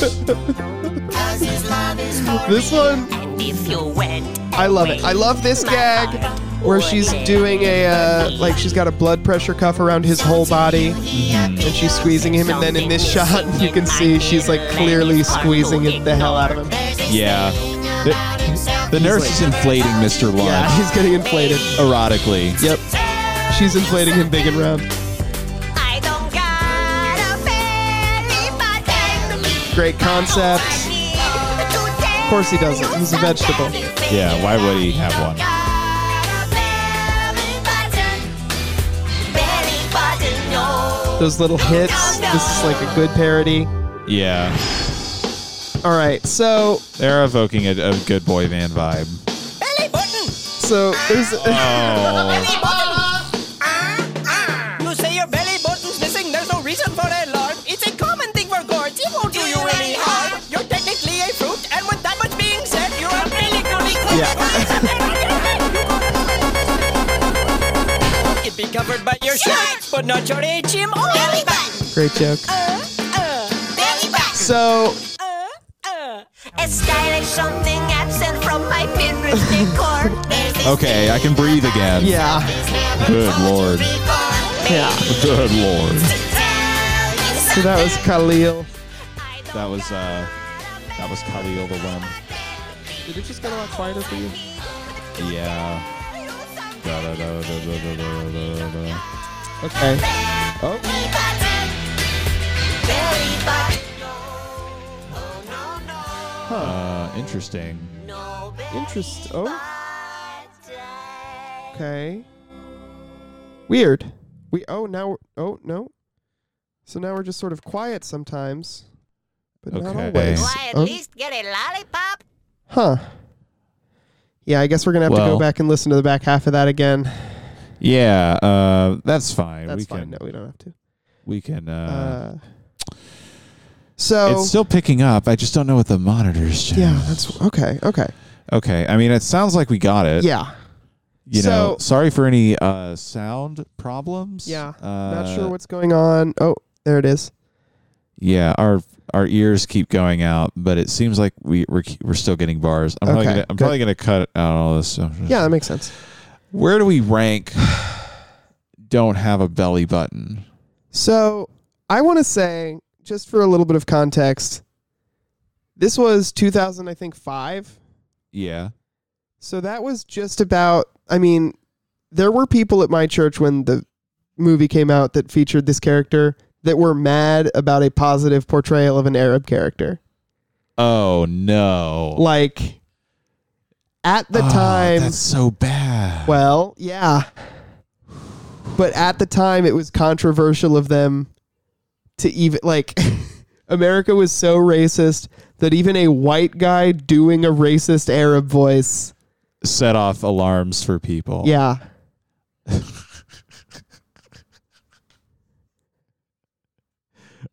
G: 'Cause his love is for
C: This
G: me.
C: one,
I: And if you went,
C: I love it. I love this gag where she's doing a uh, like she's got a blood pressure cuff around his whole body and she's squeezing him and then in this shot you can see she's like clearly squeezing it the hell out of him.
B: Yeah. The, the nurse is inflating Mr. Lund
C: Yeah, he's getting inflated.
B: erotically.
C: Yep. She's inflating him big and round.
I: I don't got a belly button.
C: Great concept. Of course he doesn't. He's a vegetable.
B: Yeah, why would he have one?
C: Those little hits. This is like a good parody.
B: Yeah.
C: All right. So,
B: They're evoking a, a good boy band vibe.
C: so there's
B: Oh,
J: You say your belly button's missing, there's no reason for alarm. It's a common thing for gourds, it won't do you any harm. You're technically a fruit, and with that much being said, you're a belly gummy
C: yeah.
J: It'd be covered by your shirt, but not your Oh, HMO. Belly button!
C: Great joke.
G: Belly button.
C: So,
I: A style is something absent from my pinterest decor.
B: okay, I can breathe again.
C: yeah.
B: Good lord.
G: Before.
C: Yeah.
B: Good lord.
C: So that was Khalil.
B: That was uh, that was Khalil the one.
C: Did it just get a lot quieter for you?
B: Yeah. Da, da, da, da, da, da, da, da, da.
C: Okay. Oh.
B: Uh, interesting.
C: Interest. Oh. Okay. Weird. We. Oh, now. We're, oh no. So now we're just sort of quiet sometimes, but not
B: Okay.
C: always.
I: Do I at
C: Oh,
I: least get a lollipop?
C: Huh. Yeah, I guess we're gonna have to go
B: Well-
C: back and listen to the back half of that again.
B: Yeah, uh, that's fine.
C: That's
B: we
C: fine.
B: can
C: No, we don't have to.
B: we can. Uh,
C: Uh, so
B: it's still picking up. I just don't know what the monitors. doing.
C: yeah, that's okay. Okay.
B: okay. I mean, it sounds like we got it.
C: Yeah.
B: You know,
C: so-
B: sorry for any uh, sound problems.
C: Yeah.
B: Uh,
C: Not sure what's going on. Oh, there it is.
B: Yeah, our our ears keep going out, but it seems like we we're, ke- we're still getting bars. I'm probably
C: Okay,
B: gonna, I'm
C: good.
B: probably gonna cut out all this.
C: Yeah, that makes sense.
B: Where do we rank? don't have a belly button.
C: So I want to say, just for a little bit of context, this was 2000, I think five.
B: Yeah.
C: So that was just about. I mean, there were people at my church when the movie came out that featured this character that were mad about a positive portrayal of an Arab character.
B: Oh no.
C: Like at the
B: Oh,
C: time,
B: That's so bad.
C: Well, yeah. But at the time, it was controversial of them to even, like, America was so racist that even a white guy doing a racist Arab voice.
B: set off alarms for people.
C: Yeah.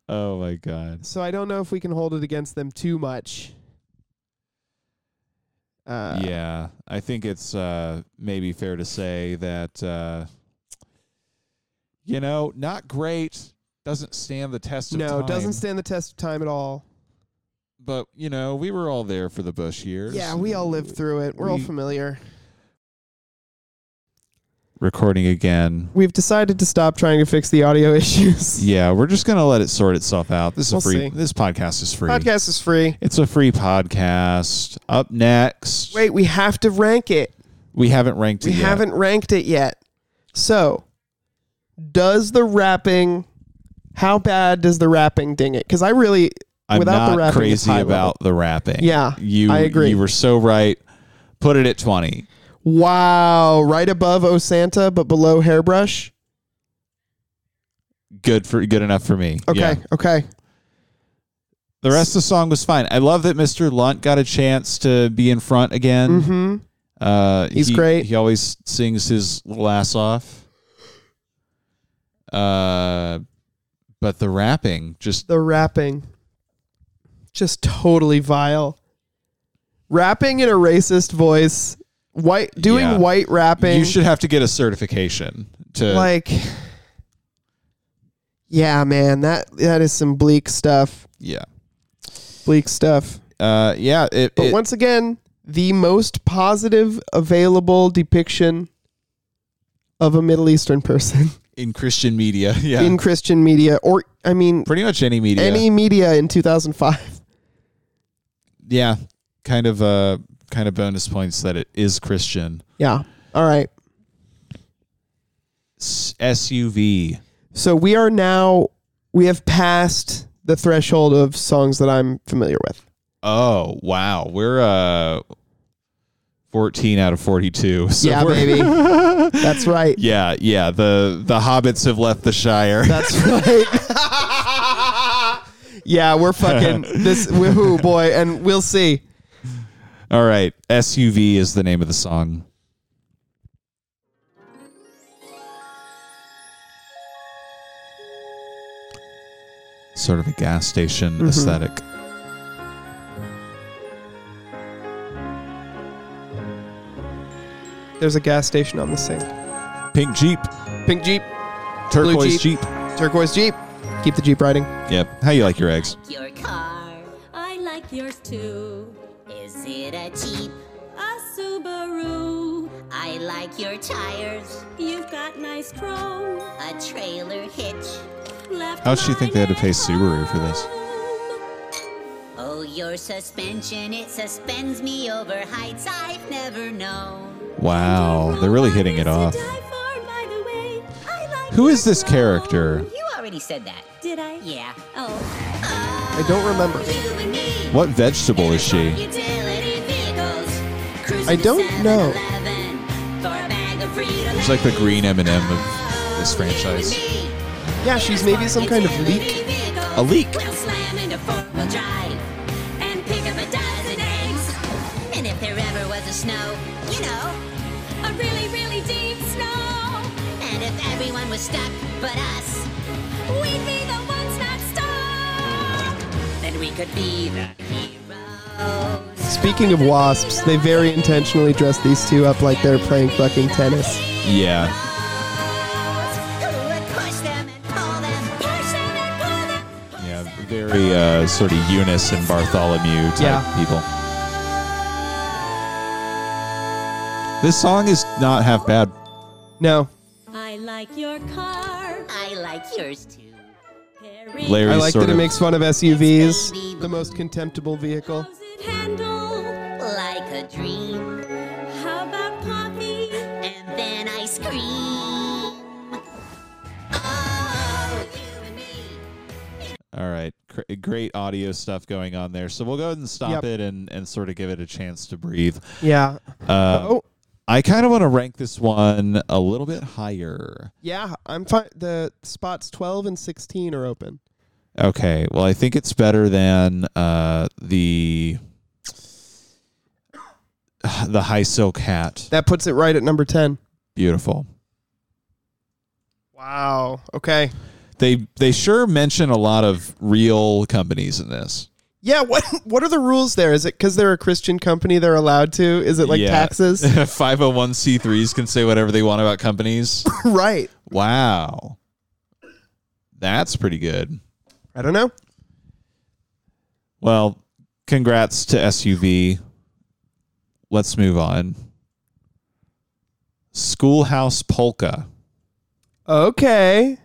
B: Oh my god.
C: So I don't know if we can hold it against them too much. Uh,
B: yeah, I think it's uh, maybe fair to say that uh, you know, not great doesn't stand the test of time.
C: No, doesn't stand the test of time at all.
B: But you know, we were all there for the Bush years.
C: Yeah, we all lived through it. We're all
B: We-
C: familiar.
B: Recording again.
C: We've decided to stop trying to fix the audio issues.
B: Yeah, we're just gonna let it sort itself out. This is
C: We'll
B: a free.
C: see.
B: This podcast is free.
C: Podcast is free.
B: It's a free podcast. Up next,
C: Wait, we have to rank it.
B: we haven't ranked
C: We
B: it yet.
C: haven't ranked it yet. So, does the wrapping? How bad does the wrapping ding it? Because I really,
B: I'm
C: without
B: not
C: the wrapping, it's
B: crazy
C: high
B: about the rapping.
C: Yeah,
B: you.
C: I agree.
B: You were so right. Put it at twenty.
C: level. Wow, right above O Santa, but below Hairbrush.
B: Good for good enough for me.
C: Okay,
B: Yeah.
C: okay.
B: The rest of the song was fine. I love that Mr. Lunt got a chance to be in front again.
C: Mm-hmm.
B: Uh,
C: He's
B: he-
C: great.
B: He always sings his little ass off. Uh, but the rapping just
C: The wrapping, just totally vile. Rapping in a racist voice, white doing
B: Yeah.
C: white rapping.
B: you should have to get a certification to
C: like, yeah, man, that that is some bleak stuff.
B: yeah.
C: Bleak stuff.
B: Uh, yeah, it,
C: But
B: it-
C: once again, the most positive available depiction of a Middle Eastern person
B: in Christian media, yeah,
C: in Christian media, or I mean,
B: pretty much any media,
C: any media in 2005.
B: yeah, kind of uh, kind of bonus points that it is Christian
C: Yeah. All right.
B: S- SUV.
C: So we are now, we have passed the threshold of songs that I'm familiar with.
B: Oh wow, we're uh, fourteen out of forty-two. So
C: yeah,
B: we're-
C: baby. That's right.
B: Yeah, yeah. The the hobbits have left the Shire.
C: That's right. yeah, we're fucking this. Woohoo, boy. And we'll see.
B: All right, SUV is the name of the song. Sort of a gas station aesthetic.
C: There's a gas station on the sink.
B: Pink Jeep,
C: Pink Jeep,
B: turquoise Jeep.
C: turquoise Jeep. Keep the Jeep riding.
B: Yep. How you like your eggs?
G: Your car, I like yours too. Is it a Jeep? A Subaru. I like your tires. You've got
K: that nice pro.
L: A trailer hitch.
K: Left
B: How'd she think they had to pay Subaru for this?
L: Oh, your suspension, it suspends me over heights I've never known.
B: Wow, Oh, they're really hitting it off. Who is this character?
L: You already said that.
K: Did I?
L: Yeah. Oh,
C: I don't remember.
B: What vegetable is she?
L: utility vehicles. Cruising
C: I don't know.
B: She's like the green M and M of this franchise.
C: Yeah, she's maybe some kind of leak.
B: A leak.
L: We'll slam into four-wheel drive and pick up a dozen eggs. And if there ever was a snow, you know, a really, really deep snow. And if everyone was stuck but us, we'd be the ones not stuck. Then we could be the heroes.
C: Speaking of wasps, they very intentionally dress these two up like they're playing fucking tennis.
B: Yeah.
L: Who would push them and pull them, push them and pull them.
B: Yeah. Very uh, sort of Eunice and Bartholomew type
C: Yeah.
B: people. This song is not half bad.
C: No,
K: I like your car.
L: I like yours too.
K: Perry
B: Larry
C: I like
B: sort
C: that it
B: of-
C: makes fun of SUVs, the most contemptible vehicle.
K: knows it handle.
L: Like a dream.
K: How about coffee?
L: And then I scream. Oh, you and me.
B: All right. Cr- great audio stuff going on there. So we'll go ahead and stop
C: Yep.
B: it and, and sort of give it a chance to breathe.
C: Yeah.
B: Uh,
C: Oh,
B: I kind of want to rank this one a little bit higher.
C: yeah. I'm fine. The spots 12 and 16 are open.
B: Okay. Well, I think it's better than uh, the the high silk hat.
C: That puts it right at number 10.
B: Beautiful.
C: Wow. Okay.
B: They they sure mention a lot of real companies in this.
C: Yeah, what what are the rules there? Is it cuz they're a Christian company they're allowed to? Is it like taxes?
B: 501c3s can say whatever they want about companies.
C: right.
B: wow. That's pretty good.
C: I don't know.
B: Well, congrats to SUV. Let's move on. Schoolhouse Polka.
C: Okay.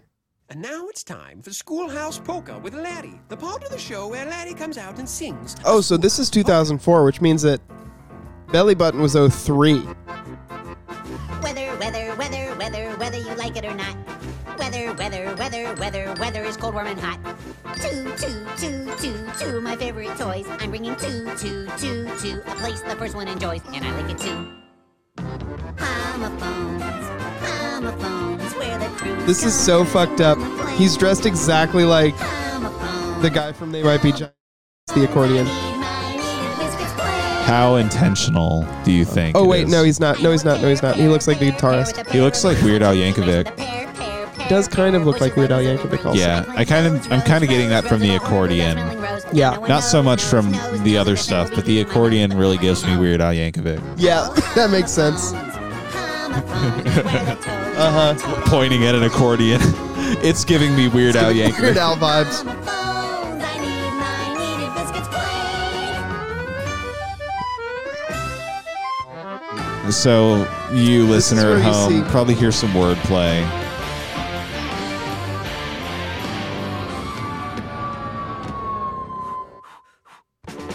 M: And now it's time for Schoolhouse Poker with Larry, the part of the show where Larry comes out and sings.
C: Oh, so this is 2004, which means that Belly Button was 03.
L: Weather, weather, weather, weather, whether you like it or not. Weather, weather, weather, weather, weather is cold, warm, and hot. Two, two, two, two, two, my favorite toys. I'm bringing two, two, two, two, a place the first one enjoys, and I like it too. Homophones, homophones, where the crew.
C: This is so fucked up. He's dressed exactly like the guy from They Might Be Giants, the accordion.
B: How intentional do you think?
C: Oh
B: it
C: wait,
B: is?
C: no, he's not. No, he's not. No, he's not. He looks like the guitarist.
B: He looks like Weird Al Yankovic.
C: Does kind of look like Weird Al Yankovic also.
B: Yeah, I kind of I'm kind of getting that from the accordion.
C: Yeah.
B: Not so much from the other stuff, but the accordion really gives me Weird Al Yankovic.
C: Yeah, that makes sense. Uh-huh.
L: uh huh.
B: Pointing at an accordion, it's giving me Weird Al
C: Weird
B: Yankovic.
C: Al vibes.
B: So you
C: This is
B: listener
C: where
B: at
C: you
B: home
C: see-
B: probably hear some wordplay.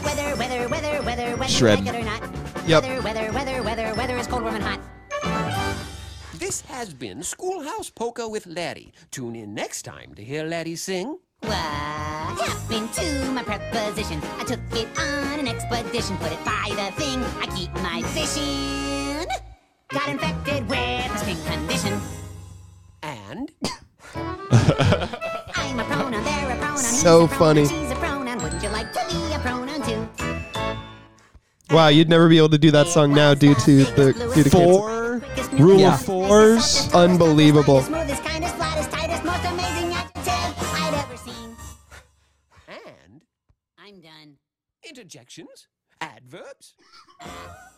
L: Weather, weather, weather, weather, weather,
B: Shredding.
L: like it or not.
C: Yep.
L: Weather, weather, weather, weather, weather is cold, warm, and hot.
M: This has been Schoolhouse Poker with Larry. Tune in next time to hear Larry sing.
L: What happened to my preposition? I took it on an expedition, put it by the thing. I keep my fishing. Got infected with a skin condition.
M: And
L: I'm a pronoun, they're a pronoun. he's
C: So
L: a pronoun,
C: funny.
L: She's a pronoun. Wouldn't you like to be a pronoun too?
C: Wow, you'd never be able to do that song now due to the due to cancer.
B: Four rule
C: Yeah.
B: of fours.
C: Unbelievable.
L: Smoothest, kindest, flattest, tightest, most amazing adjective I'd ever seen.
M: and
L: I'm done.
M: interjections, adverbs.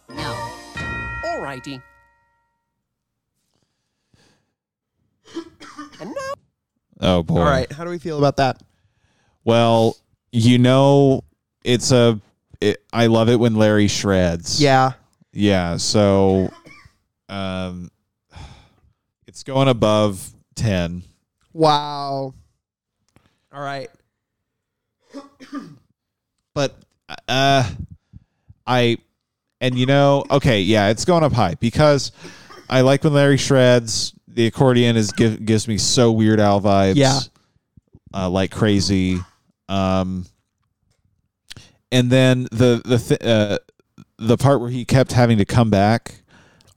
L: No.
M: Alrighty. And now
B: Oh boy.
C: All right, how do we feel about that?
B: Well, you know, it's a. It, I love it when Larry shreds.
C: Yeah.
B: Yeah. So, um, it's It's going above 10.
C: Wow. All right.
B: But uh I and you know, okay, yeah, it's going up high because I like when Larry shreds. The accordion is give, gives me so weird owl vibes.
C: Yeah.
B: Uh, like crazy. Um and then the the th- uh, the part where he kept having to come back.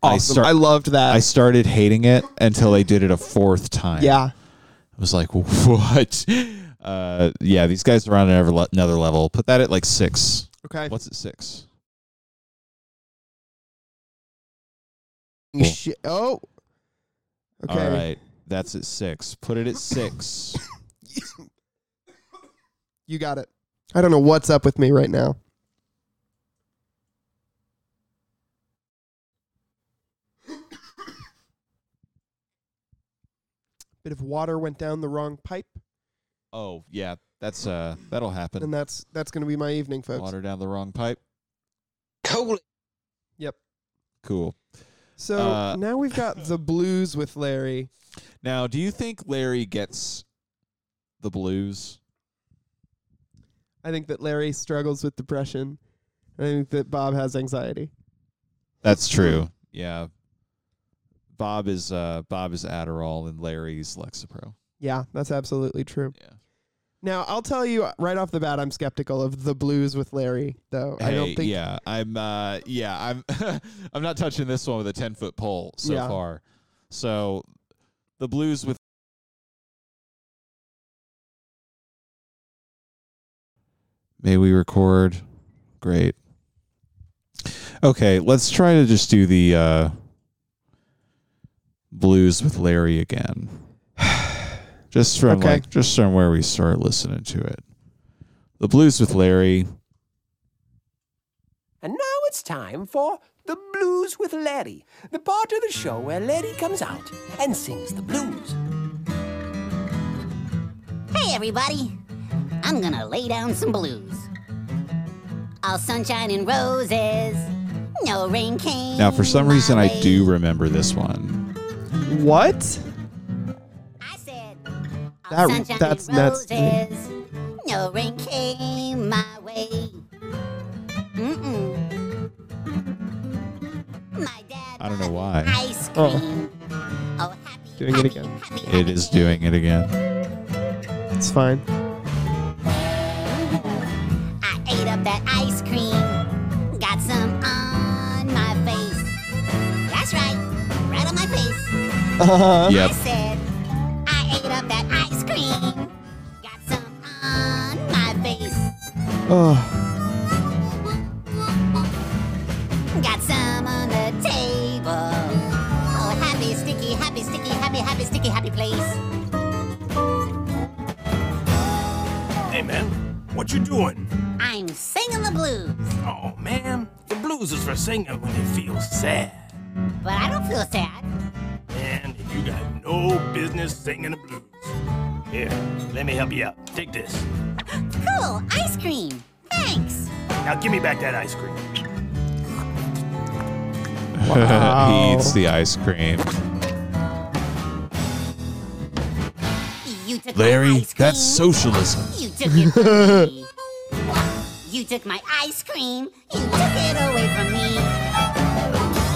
C: Awesome. I, loved that.
B: I started hating it until they did it a fourth time.
C: yeah.
B: I was like, what? Uh, yeah, these guys are on another, le- another level. Put that at like six.
C: Okay.
B: What's at six?
C: You
B: Cool.
C: shi- oh. Okay.
B: All right. That's at six. Put it at six.
C: You got it. I don't know what's up with me right now. Bit of water went down the wrong pipe,
B: oh, yeah. That's uh that'll happen.
C: and that's that's going to be my evening, folks.
B: Water down the wrong pipe.
C: Yep.
B: Cool.
C: So
B: Uh,
C: now we've got the blues with Larry.
B: Now, do you think Larry gets the blues?
C: I think that Larry struggles with depression. I think that Bob has anxiety.
B: That's true. Yeah. Bob is uh Bob is Adderall and Larry's Lexapro.
C: Yeah, that's absolutely true.
B: Yeah.
C: Now I'll tell you right off the bat, I'm skeptical of the blues with Larry, though. I
B: Hey,
C: don't think
B: yeah i'm uh yeah i'm i'm not touching this one with a 10 foot pole so
C: Yeah.
B: far so the blues with may we record great okay let's try to just do the uh blues with larry again just from
C: Okay.
B: like just from where we start listening to it the blues with larry
M: And now it's time for The Blues with Larry, the part of the show where Larry comes out and sings the blues.
L: Hey, everybody! I'm gonna lay down some blues. All sunshine and roses, no rain came.
B: Now, for some reason, I do remember this one.
C: What?
L: All
B: That-
L: sunshine
B: that's-
L: and
B: that's-
L: roses, no rain came my way. Mm-mm. My dad
B: I don't know
L: bought
B: why.
L: ice cream. Oh, happy,
C: Doing it again.
B: It is doing it again.
C: It's fine.
L: I ate up that ice cream. Got some on my face. That's right, right on my face.
C: Uh-huh.
L: I said, I ate up that ice cream. Got some on my face.
C: Oh,
L: Got some on the table. Oh, happy, sticky, happy, sticky, happy, happy, sticky, happy place.
N: Hey, man, what you doing?
L: I'm singing the blues,
N: Oh, man, the blues is for singing when you feel sad.
L: but I don't feel sad.
N: Man, you got no business singing the blues. Here, let me help you out. Take this.
L: Cool, ice cream. Thanks.
N: Now give me back that ice cream.
B: he eats the ice cream.
L: You took
B: Larry, that's socialism.
L: You took it from me. You took my ice cream. You took it away from me.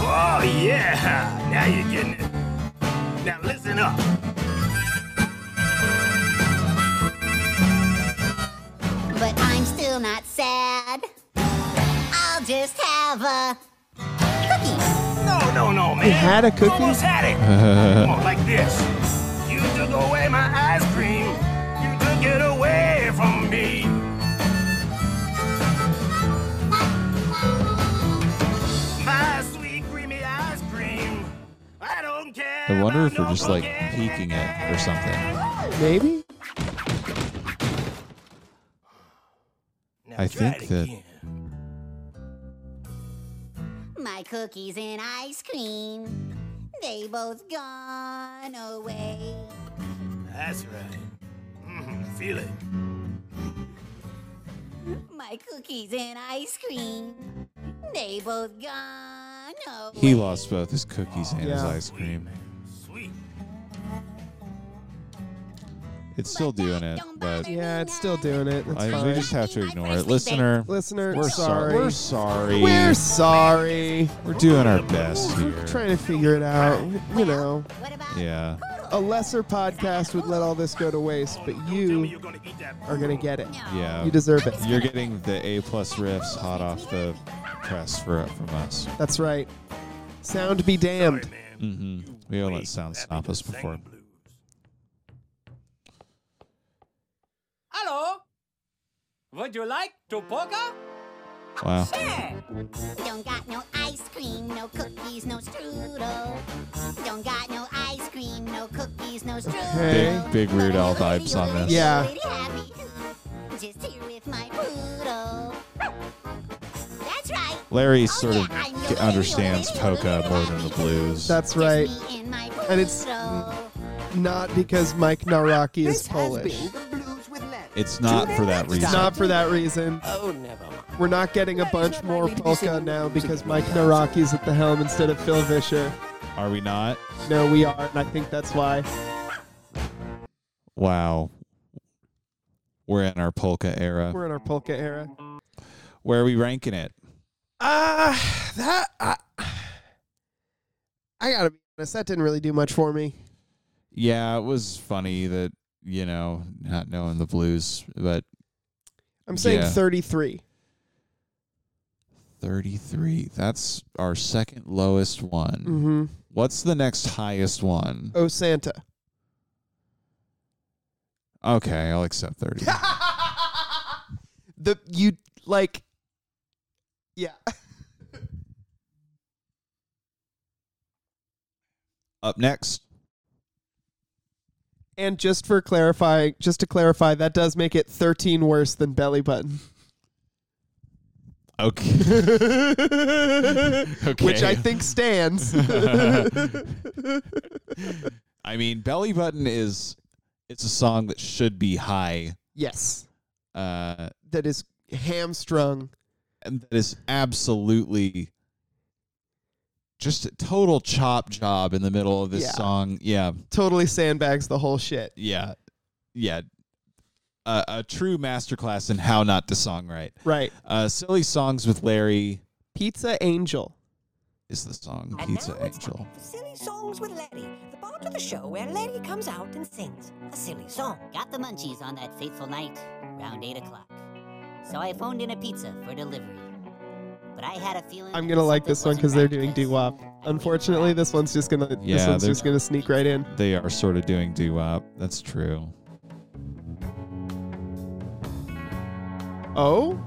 N: Oh, yeah. Now you're getting it. Now listen up.
L: But I'm still not sad. I'll just have a cookie.
N: No, no, no, man.
C: You had a cookie?
N: Almost had it. Come on, like this. You took away my ice cream. You took it away from me. My sweet creamy ice cream. I don't care.
B: I wonder if we're just like peeking it or something.
C: maybe.
B: I think that
L: My cookies and ice cream. They both gone away.
N: That's right. Mm, feel it.
L: My cookies and ice cream. They both gone away.
B: he lost both his cookies and his
L: Yeah.
B: ice cream.
N: Sweet.
B: It's still doing it, but
C: yeah, it's still doing it. That's
B: I,
C: fine.
B: we just have to ignore it, listener.
C: Listener,
B: we're
C: sorry.
B: We're sorry.
C: We're sorry.
B: We're doing our best
C: We're
B: here.
C: trying to figure it out. You know,
B: yeah.
C: a lesser podcast would let all this go to waste, but you are gonna get it.
B: Yeah.
C: you deserve it.
B: You're getting the A plus riffs hot off the press for from us.
C: That's right. Sound be damned.
B: hmm We don't let sound stop us before.
M: Hello? Would you like to poker?
B: Wow.
L: Don't got no ice cream, no cookies, no strudel. Don't got no ice cream, no cookies, no strudel.
B: Big big Weird Al vibes on this.
C: Yeah.
L: Just here with my poodle. That's right.
C: Oh,
B: Larry sort of g- understands polka more than the blues.
C: That's right. And it's not because Mike Naraki is Polish.
B: It's not for that
C: It's
B: reason.
C: not for that reason.
O: Oh, never mind.
C: We're not getting a bunch more polka now because Mike Naraki's at the helm instead of Phil Vischer.
B: Are we not?
C: No, we are, and I think that's why.
B: Wow. We're in our polka era.
C: We're in our polka era.
B: Where are we ranking it?
C: Ah, that I, I gotta be honest, that didn't really do much for me.
B: Yeah, it was funny that, you know, not knowing the blues, but
C: I'm saying
B: Yeah.
C: 33.
B: 33. That's our second lowest one.
C: Mhm.
B: What's the next highest one?
C: Oh Santa.
B: Okay, I'll accept 30.
C: The you like, yeah.
B: Up next.
C: And just for clarifying, just to clarify, that does make it 13 worse than Belly Button,
B: Okay. okay.
C: which I think stands.
B: I mean, Belly Button is it's a song that should be high.
C: yes,
B: Uh
C: that is hamstrung.
B: and that is absolutely just a total chop job in the middle of this
C: Yeah.
B: song. Yeah.
C: Totally sandbags the whole shit.
B: Yeah. Yeah. A a true masterclass in how not to songwrite.
C: Right.
B: Uh, Silly Songs with Larry
C: Pizza Angel.
B: is the song.
C: And
B: Pizza
C: now it's
B: Angel.
I: Silly songs with Letty. The part of the show where Letty comes out and sings a silly song.
L: Got the munchies on that fateful night, around 8 o'clock. So I phoned in a pizza for delivery. But I had a feeling.
C: I'm gonna like this one because they're doing doo wop. Unfortunately, this one's just gonna this
B: Yeah,
C: one's
B: they're-
C: just gonna sneak right in.
B: They are sort of doing doo wop. That's true.
C: Oh,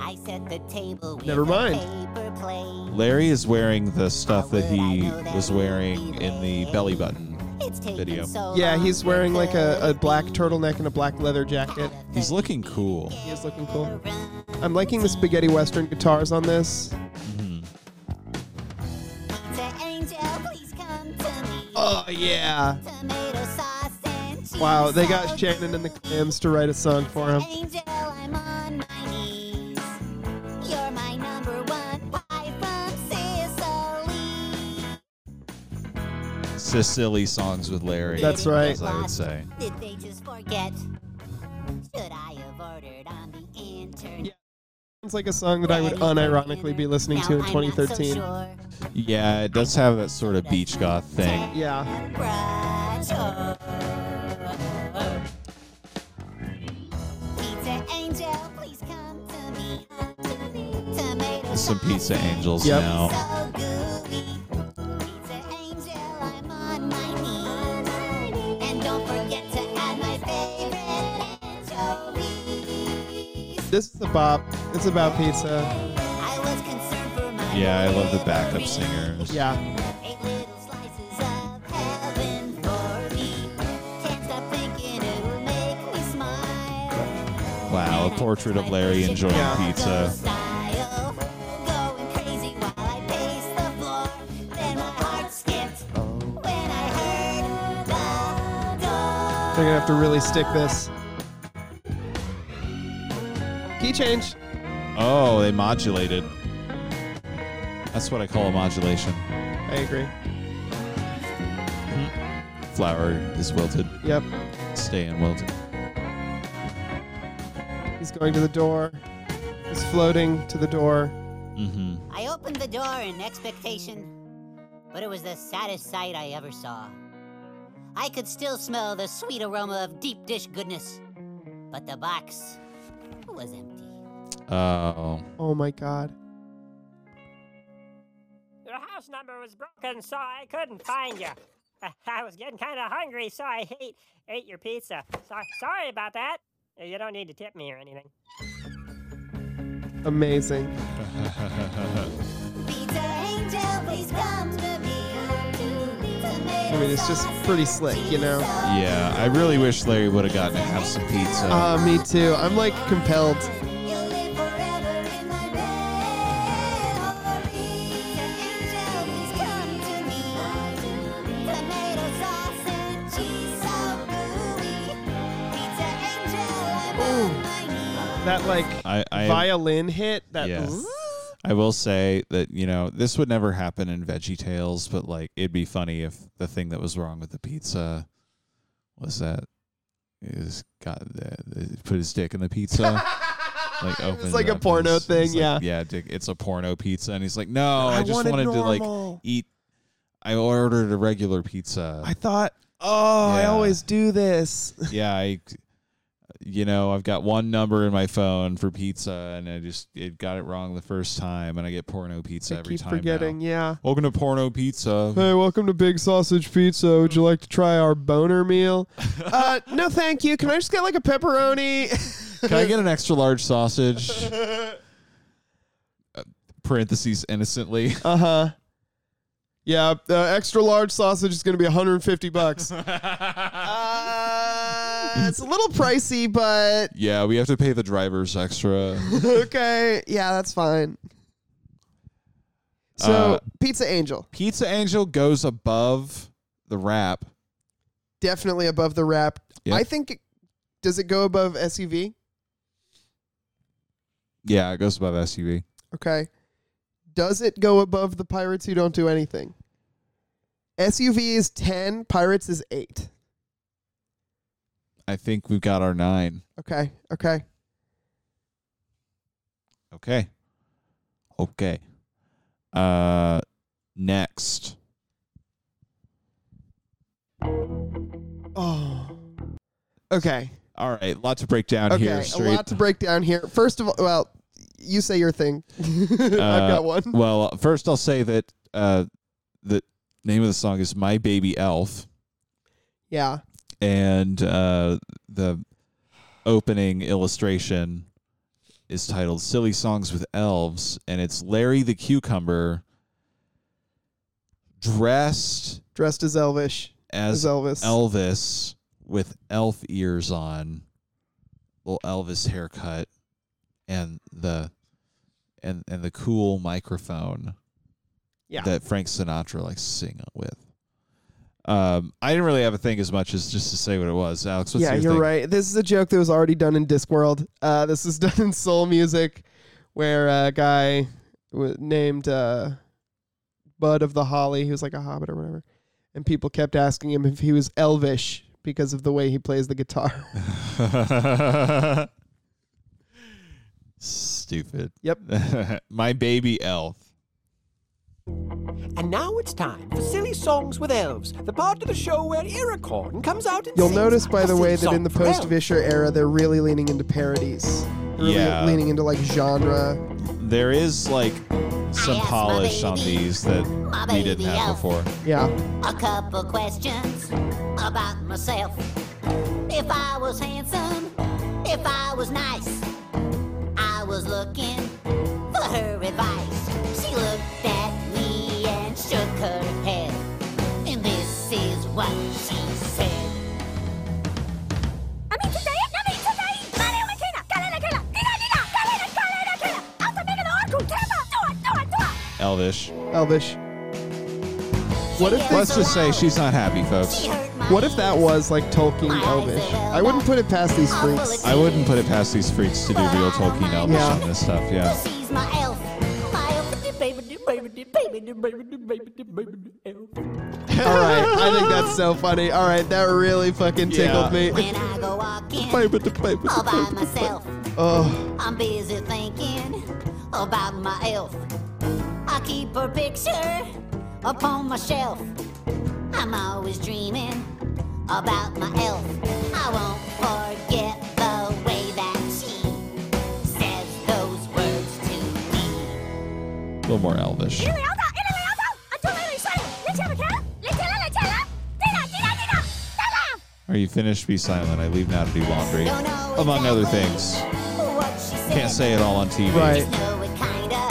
L: I set the table with
B: Never
L: a
B: mind.
L: paper plate.
B: Larry is wearing the stuff that he was wearing in the belly button video.
C: Yeah, he's wearing like a, a black turtleneck and a black leather jacket.
B: He's looking cool.
C: He is looking cool. I'm liking the spaghetti western guitars on this.
L: Pizza angel, please come to me.
C: Oh yeah.
L: Tomato sauce and cheese.
C: Wow, they
L: so
C: got Shannon and the Clams to write a song for him.
L: Angel, I'm on my knees. You're my number one pie from Sicily.
B: Sicily songs with Larry.
C: That's right.
B: As I would say.
L: Did they just forget? Should I have ordered on the internet?
C: Sounds like a song that I would unironically be listening to in 2013.
B: Yeah, it does have that sort of beach goth thing.
C: Yeah.
L: Pizza angel, please come to me. To me. Tomato
B: Some pizza angels
L: Yep.
B: now.
L: so gooey. Pizza angel, I'm on my knees. And don't forget to add my favorite anchovy.
C: This is a bop. It's about pizza.
L: I was concerned for my
B: Yeah, I love the backup singers.
C: Yeah.
L: eight little slices of heaven for me. Can't stop thinking it'll make me smile.
B: Wow, a portrait of Larry enjoying pizza.
L: Style, going crazy while I pace the floor. Then my heart skipped when I heard the door.
C: They're gonna have to really stick this. Key change.
B: Oh, they modulated. That's what I call a modulation.
C: I agree.
B: flower is wilted.
C: Yep.
B: Staying wilted.
C: He's going to the door. He's floating to the door.
B: Mm-hmm.
L: I opened the door in expectation, but it was the saddest sight I ever saw. I could still smell the sweet aroma of deep dish goodness, but the box was empty.
B: Oh.
C: Oh my god.
P: Your house number was broken, so I couldn't find you. I- I was getting kind of hungry, so I ate, ate your pizza. So, sorry about that. You don't need to tip me or anything.
C: Amazing.
Q: Pizza Angel, please come to me.
C: I mean, it's just pretty slick, you know?
B: Yeah, I really wish Larry would have gotten to have some pizza.
C: Ah, me too. I'm like compelled. That like
B: I- I-
C: violin hit. That
B: Yeah. I will say that, you know, this would never happen in Veggie Tales, but like it'd be funny if the thing that was wrong with the pizza was that he's got the, the- put his dick in the pizza. Like open
C: like a porno thing, yeah.
B: yeah, dick, it's a porno pizza, and he's like, "No, I,
C: I
B: just
C: wanted
B: wanted to like
C: normal."
B: eat. I ordered a regular pizza.
C: I thought, oh, I
B: Yeah.
C: always do this.
B: yeah, I, you know, I've got one number in my phone for pizza, and I just it got it wrong the first time, and I get porno pizza every
C: Keep
B: time. now.
C: forgetting. Yeah.
B: Welcome to porno pizza.
C: Hey, welcome to Big Sausage Pizza. Would you like to try our boner meal? uh, no, thank you. Can I just get like a pepperoni?
B: Can I get an extra large sausage? Uh, Parentheses innocently.
C: Uh huh. Yeah, uh, extra large sausage is going to be 150 bucks. uh, it's a little pricey, but
B: Yeah, we have to pay the drivers extra.
C: okay. Yeah, that's fine. So,
B: Uh,
C: Pizza Angel
B: Pizza Angel goes above the wrap.
C: definitely above the wrap.
B: Yeah.
C: I think it- does it go above SUV?
B: Yeah, it goes above SUV.
C: Okay. Does it go above the pirates who don't do anything? SUV is 10, pirates is 8.
B: I think we've got our nine.
C: Okay. Okay.
B: Okay. Okay. Uh next.
C: Oh. Okay.
B: All right, lot to break down
C: okay.
B: here.
C: A
B: Straight.
C: lot to break down here. First of all, well, you say your thing. I've
B: Uh,
C: got one.
B: Well, first I'll say that uh the name of the song is My Baby Elf.
C: Yeah.
B: and uh, the opening illustration is titled "Silly Songs with Elves," and it's Larry the Cucumber dressed
C: Dressed as Elvish.
B: as,
C: As Elvis.
B: Elvis with elf ears on, little Elvis haircut, and the and and the cool microphone
C: Yeah.
B: that Frank Sinatra likes to sing with. Um, I didn't really have a thing as much as just to say what it was. Alex, what's
C: yeah,
B: your
C: you're
B: thing?
C: right. This is a joke that was already done in Discworld. Uh, this is done in Soul Music, where a guy w- named uh, Bud of the Holly, he was like a hobbit or whatever, and people kept asking him if he was Elvish because of the way he plays the guitar.
B: Stupid.
C: Yep.
B: My baby elf.
M: And now it's time for Silly Songs with Elves, the part of the show where Eric Horn comes out and
C: You'll
M: sings
C: notice, by
M: a
C: the
M: silly
C: way, that
M: song
C: in the
M: for elves.
C: post-Vischer era, they're really leaning into parodies. Really
B: Yeah.
C: leaning into like genre.
B: There is like some polish on these that
L: My
B: we didn't
L: baby
B: have
L: elf.
B: before.
C: Yeah.
L: A couple questions about myself. If I was handsome, if I was nice, I was looking for her advice. She looked at me and shook her head, and this is what she said.
B: Elvish.
C: Elvish. What if
B: Let's
C: this
B: just say she's not happy, folks.
C: What if that was like Tolkien Elvish? I wouldn't put it past these freaks.
B: I wouldn't put it past these freaks to do real Tolkien Elvish
C: Yeah.
B: on this stuff. Yeah.
L: She's my elf. My elf. Baby, baby, baby, baby, baby, baby, baby, baby, elf.
C: All right, I think that's That's so funny. All right, that really fucking tickled me.
L: Yeah. When I go walking
C: Paper to paper
L: all
C: to
L: by
C: paper.
L: myself,
C: Oh,
L: I'm busy thinking about my elf. I keep her picture upon my shelf. I'm always dreaming about my elf. I won't forget the way that she says those words to me.
B: A little more Elvish. Are you finished? Be silent. I leave now to do laundry, among other things. Can't say it all on TV.
C: Right.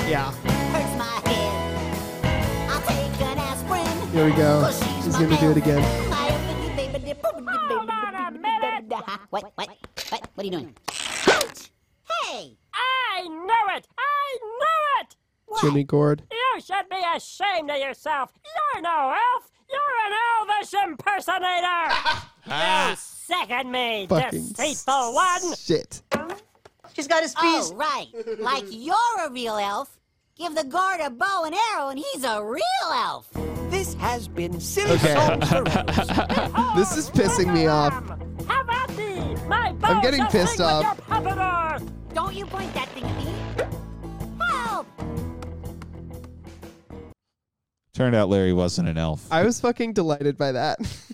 L: Yeah. Hurts my head. I'll take an aspirin.
C: here we go.
L: 'cause she's
C: He's
L: my
C: gonna do it
L: elf.
C: again.
L: My elf, baby, baby, baby, baby, baby, baby. What? What? What? What are you doing? Hey!
P: I knew it! I knew it!
C: Jimmy Gord.
P: You should be ashamed of yourself. You're no elf. You're an Elvis impersonator. you second me,
C: Fucking
P: deceitful one.
C: Shit.
L: She's got his piece. Oh, right. Like you're a real elf. Give the guard a bow and arrow, and he's a real elf.
M: This has been silly
C: Okay.
M: songs for
C: this is pissing me off.
P: How about thee? My bow
C: I'm getting
P: shall
C: pissed
P: sing with
C: off.
P: your puppeteer.
L: Don't you point that thing at me. Help!
B: Turned out Larry wasn't an elf.
C: I was fucking delighted by that.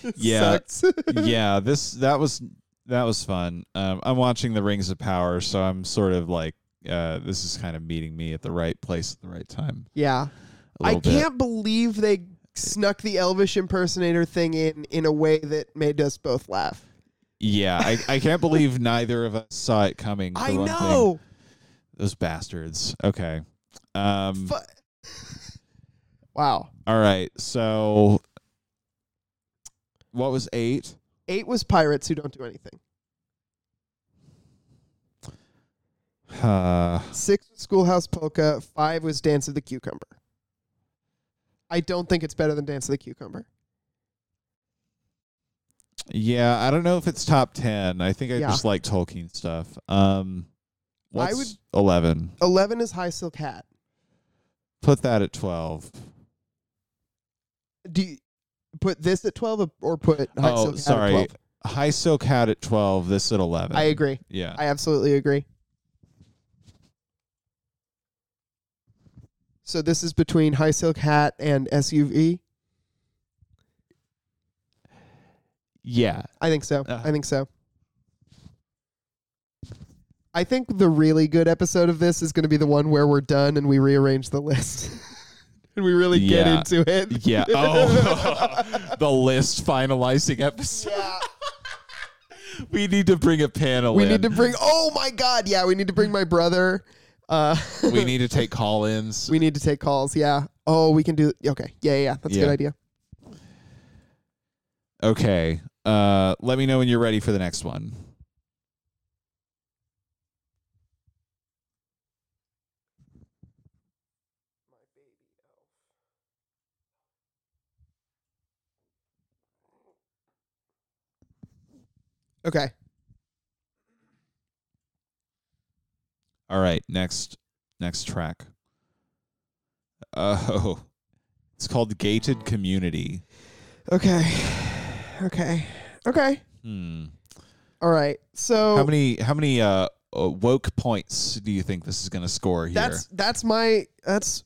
C: It
B: yeah,
C: sucks.
B: yeah. This that was that was fun. Um, I'm watching The Rings of Power, so I'm sort of like uh, this is kind of meeting me at the right place at the right time.
C: Yeah.
B: A
C: I
B: little bit.
C: can't believe they snuck the Elvish impersonator thing in in a way that made us both laugh.
B: Yeah, I, I can't believe neither of us saw it coming. for
C: I
B: one thing.
C: know.
B: those bastards. Okay. Um,
C: Wow.
B: all right. So, what was eight?
C: Eight was pirates who don't do anything.
B: Uh,
C: Six was Schoolhouse Polka. Five was Dance of the Cucumber. I don't think it's better than Dance of the Cucumber.
B: yeah, I don't know if it's top ten. I think I
C: Yeah.
B: just like Tolkien stuff. Um,
C: I
B: what's
C: would-
B: eleven?
C: Eleven is High Silk Hat.
B: Put that at twelve.
C: Do you put this at twelve or- or put High
B: oh,
C: Silk Hat at
B: sorry. Uh,
C: twelve?
B: High silk hat at twelve. This at eleven.
C: I agree.
B: Yeah.
C: I absolutely agree. So this is between High Silk Hat and SUV.
B: yeah.
C: I think so.
B: Uh.
C: I think so. I think the really good episode of this is going to be the one where we're done and we rearrange the list. and we really
B: Yeah.
C: get into it.
B: Yeah. Oh, the list finalizing episode. we need to bring a panel
C: we
B: in.
C: need to bring Oh my god, yeah, we need to bring my brother. Uh
B: we need to take call ins.
C: we need to take calls, yeah. Oh, we can do Okay. Yeah, yeah, yeah. That's a
B: Yeah.
C: good idea.
B: Okay. Uh, let me know when you're ready for the next one.
C: Okay.
B: All right. Next, next track. Oh, it's called Gated Community.
C: Okay. Okay. Okay.
B: Hmm.
C: All right. So
B: How many? How many? Uh, uh, woke points do you think this is going to score here?
C: that's that's my that's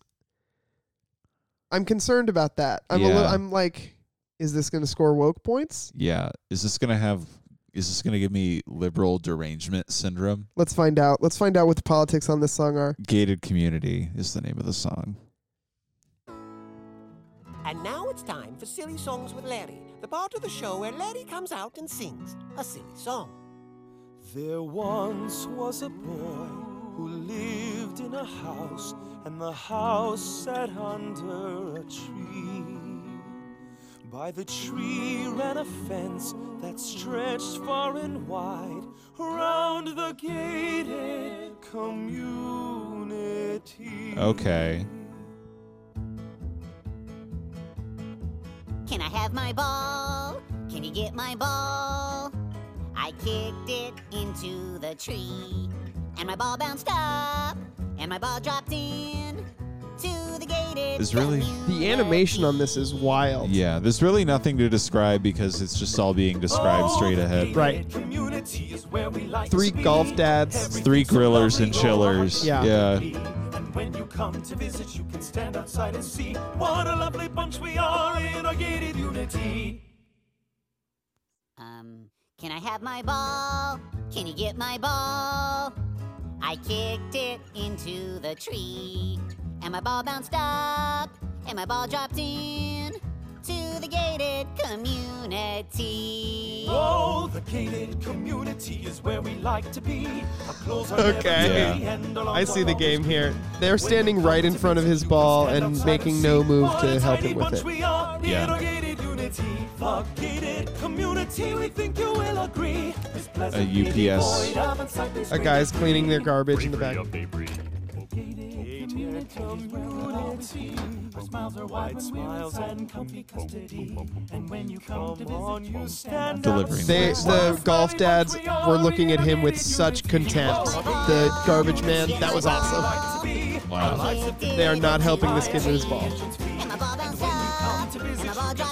C: I'm concerned about that. I'm a little,
B: Yeah.
C: I'm like is this going to score woke points?
B: yeah. Is this going to have? Is this going to give me liberal derangement syndrome?
C: Let's find out. Let's find out what the politics on this song are.
B: Gated Community is the name of the song.
M: And now it's time for Silly Songs with Larry, the part of the show where Larry comes out and sings a silly song.
R: There once was a boy who lived in a house, and the house sat under a tree. By the tree ran a fence that stretched far and wide round the gated community.
B: Okay.
L: Can I have my ball? Can you get my ball? I kicked it into the tree, and my ball bounced up, and my ball dropped in to
G: the gated.
B: There's really
C: the animation on this is wild.
B: Yeah, there's really nothing to describe because it's just all being described straight ahead.
C: Right. Three golf dads.
B: It's three grillers and chillers.
C: Yeah.
B: Yeah.
R: And when you come to visit, you can stand outside and see what a lovely bunch we are in our gated unity.
L: Um, can I have my ball? Can you get my ball? I kicked it into the tree, and my ball bounced up, and my ball dropped in to the gated community.
R: Oh, the gated community is where we like to be. Our clothes are never
C: Okay.
R: free and our
C: I
R: arms
C: see
R: are
C: the game here. They're standing right in front of his ball and making no move to help him with it.
R: We are in
B: Yeah.
R: our gated unity. The gated community, we think you will agree. is
B: A
R: pleasantly
B: UPS.
R: devoid of unsightly
C: A guy's cleaning their garbage in the back.
R: community. Our smiles are wide smiles and comfy custody. And when you come to visit, you stand
B: Delivering.
C: They, the golf dads were looking at him with such contempt. The garbage man, that was awesome.
B: Wow.
C: They are not helping this kid with his ball.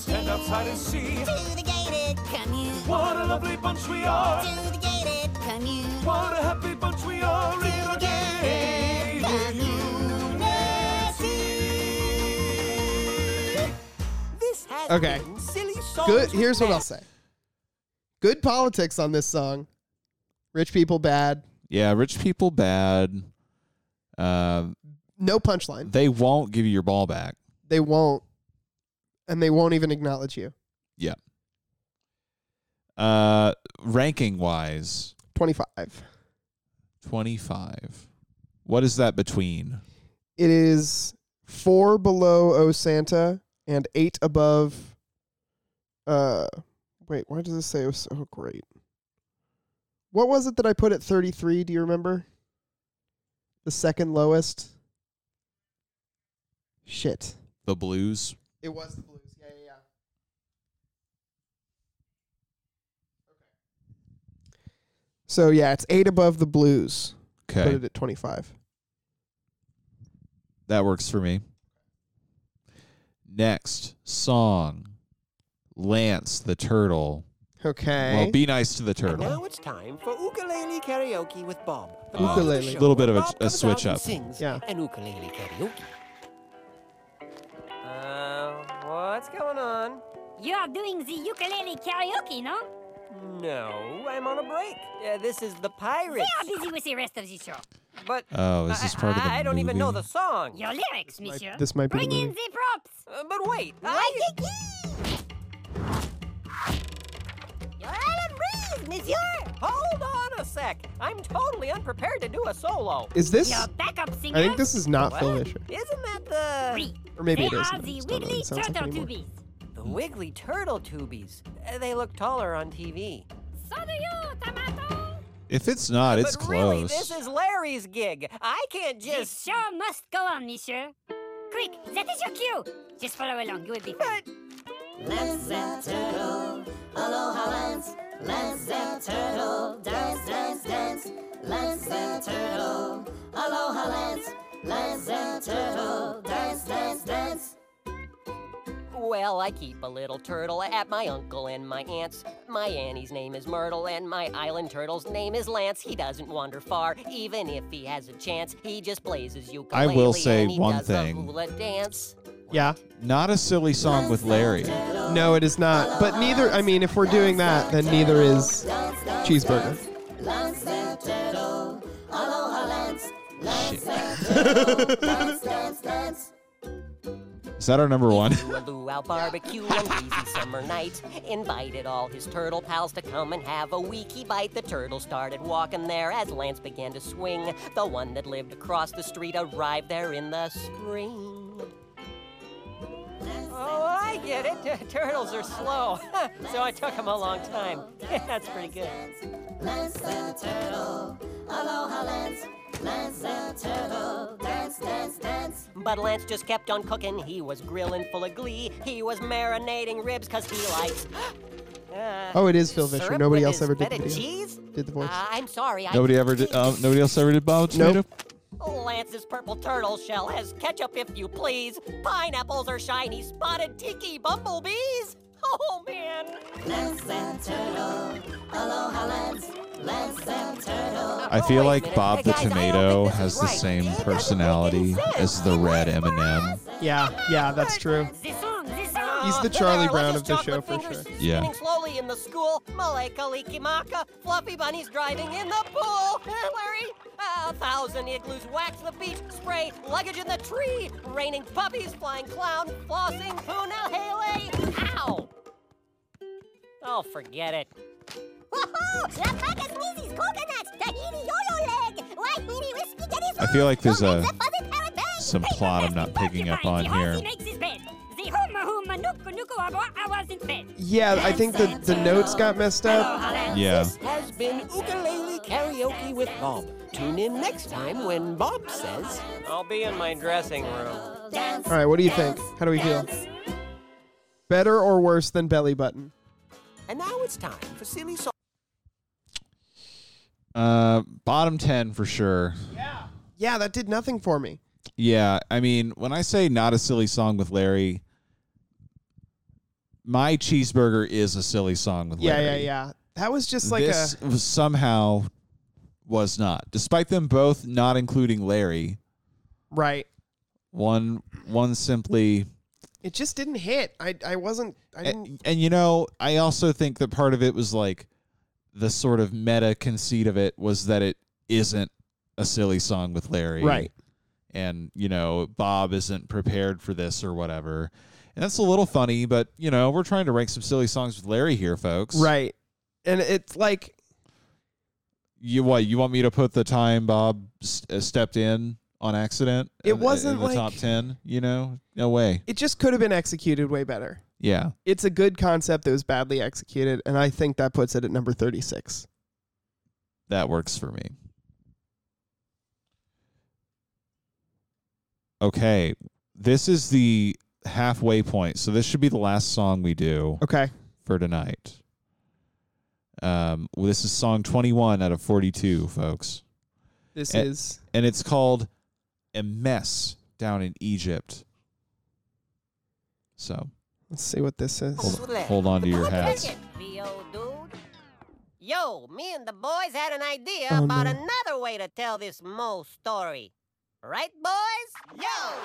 R: stand outside and see
L: To the gated community.
R: what a lovely bunch we are.
L: To the gated community.
R: What a happy bunch we are in our gated
M: This has
C: Okay.
M: been silly songs.
C: Good.
M: with
C: Here's what
M: Matt.
C: I'll say. Good politics on this song. Rich people bad.
B: Yeah. Rich people bad. Uh,
C: No punchline.
B: they won't give you your ball back.
C: They won't, and they won't even acknowledge you.
B: Yeah. Uh, ranking wise,
C: Twenty-five.
B: 25. What is that between?
C: It is four below O Santa and eight above. Uh, wait. Why does this say it was so great? What was it that I put at thirty-three? Do you remember? The second lowest. Shit.
B: The Blues?
C: It was the Blues. Yeah, yeah, yeah. So yeah, it's eight above the Blues. Put
B: Okay.
C: it at twenty-five.
B: That works for me. Next song Lance the Turtle.
C: Okay.
B: Well, be nice to the
M: And now
B: turtle.
M: it's time for ukulele karaoke with Bob.
B: Uh,
C: Ukulele.
B: A little bit of a,
M: Bob
B: a
M: comes
B: switch up.
M: out and sings
C: Yeah.
M: an ukulele karaoke.
H: Uh, what's going on?
S: You're doing the ukulele karaoke, no?
H: No, I'm on a break. Uh, this is the Pirates.
S: We are busy with the rest of the show.
H: But
B: Oh, is this part of the
H: I, I don't even know
B: movie?
H: the song.
S: Your lyrics, monsieur.
C: This might be the
S: Bring in
C: movie.
S: the props.
H: Uh, but wait, I,
G: You're Alan Reed, monsieur.
H: hold on a sec. I'm totally unprepared to do a solo.
C: Is this?
S: Your backup singer.
C: I think this is not
H: What?
C: Phil Vischer,
H: Isn't that the
S: Reed.
C: or maybe
S: they
C: it is.
S: are
C: I
S: the
C: just don't know what
S: wiggly
C: it sounds like
S: turtle
C: anymore.
S: tubies.
H: the Wiggly Turtle Tubies? Uh, they look taller on TV.
S: So do you, Tomato.
B: If it's not, it's
H: but really,
B: close.
H: this is Larry's gig. I can't
S: This
H: just.
S: show must go on, monsieur. Quick, that is your cue. Just follow along, you will be fine.
Q: Let's that turtle. Aloha Lance. Let's that turtle. Dance, dance, dance. Let's that turtle. Aloha Lance. Let's that turtle. Dance, dance, dance.
H: Well, I keep a little turtle at my uncle and my aunt's. My Annie's name is Myrtle, and my island turtle's name is Lance. He doesn't wander far, even if he has a chance. He just plays his
B: I
H: ukulele.
B: will say
H: and he
B: one
H: does
B: thing.
H: A hula dance.
C: Yeah.
B: Not a silly song with Larry.
C: No, it is not. But neither. I mean, if we're doing that, then neither is cheeseburger.
Q: Lance that turtle. Aloha Lance. Let's that turtle. Dance, dance, dance.
B: Is that our number one?
H: To a luau barbecue on breezy summer night. Invited all his turtle pals to come and have a weeky bite. The turtle started walking there as Lance began to swing. The one that lived across the street arrived there in the spring. Oh, I get it. Turtles are slow, so I took them a long time. That's pretty good.
Q: Lance that turtle. Aloha Lance. Lance that turtle. Dance, dance, dance.
H: But Lance just kept on cooking. He was grilling full of glee. He was marinating ribs because he likes. Uh,
C: Oh, it is Phil Vischer.
H: syrup
C: Nobody
H: with
C: else
H: his
C: ever did the
H: feta
C: video.
H: cheese?
C: Did the voice.
H: Uh, I'm sorry. I
B: Nobody ever did. Uh, nobody else ever did Bob
C: Nope.
B: Tomato.
H: Lance's purple turtle shell has ketchup if you please. Pineapples are shiny spotted tiki bumblebees. Oh man.
Q: Let's that turtle. Aloha, let's. Let's that turtle.
H: Uh,
B: I feel like Bob the Tomato has the same personality as the red Eminem.
C: Yeah, yeah, that's true. He's
H: Oh,
C: the Charlie Brown of the show for sure.
B: Yeah.
H: Spinning slowly in the school, Maleka Likimaka, Fluffy Bunny's driving in the pool. Larry, a thousand igloos wax the beach, spray luggage in the tree, raining puppies, flying clown, flossing, Puna Haley. Ow! Oh, forget it.
G: Woohoo! Lafaka sneezes coconut! Tahini yo-yo leg! White weenie whiskey getty
B: I feel like there's a some plot I'm not picking up on here.
S: He makes his bed. The huma huma nuku nuku abo awas in bed.
C: Yeah, I think the, the notes got messed up.
B: Yeah.
H: Has been ukulele karaoke with Bob. Tune in next time when Bob says, I'll be in my dressing room.
C: All right, what do you think? How do we feel? Better or worse than Belly Button?
M: And now it's time for silly song.
B: Uh, bottom ten for sure.
C: Yeah, that did nothing for me.
B: Yeah, I mean, when I say not a silly song with Larry, my cheeseburger is a silly song with
C: Yeah,
B: Larry.
C: yeah, yeah. That was just like
B: this
C: a
B: was somehow was not, despite them both not including Larry.
C: right.
B: One one simply,
C: It just didn't hit. I I wasn't. I didn't.
B: and, and you know, I also think that part of it was like the sort of meta conceit of it was that it isn't a silly song with Larry,
C: Right.
B: And you know, Bob isn't prepared for this or whatever. And that's a little funny, but you know, we're trying to rank some silly songs with Larry here, folks.
C: Right. And it's like
B: You what? You want me to put the time Bob s- uh, stepped in on accident?
C: It
B: in the- in
C: wasn't
B: the
C: like-
B: top ten. You know, no way.
C: it just could have been executed way better.
B: Yeah.
C: It's a good concept that was badly executed, and I think that puts it at number thirty six.
B: That works for me. Okay. This is the halfway point. So this should be the last song we do
C: Okay.
B: for tonight. Um, well, this is song 21 out of 42, folks.
C: This
B: And-
C: is
B: And it's called A Mess Down in Egypt. So
C: let's see what this is.
B: hold, hold on to your hats.
H: VO dude. Yo, me and the boys had an idea
B: Oh,
H: about
B: no.
H: another way to tell this Mo story. Right, boys? Yo!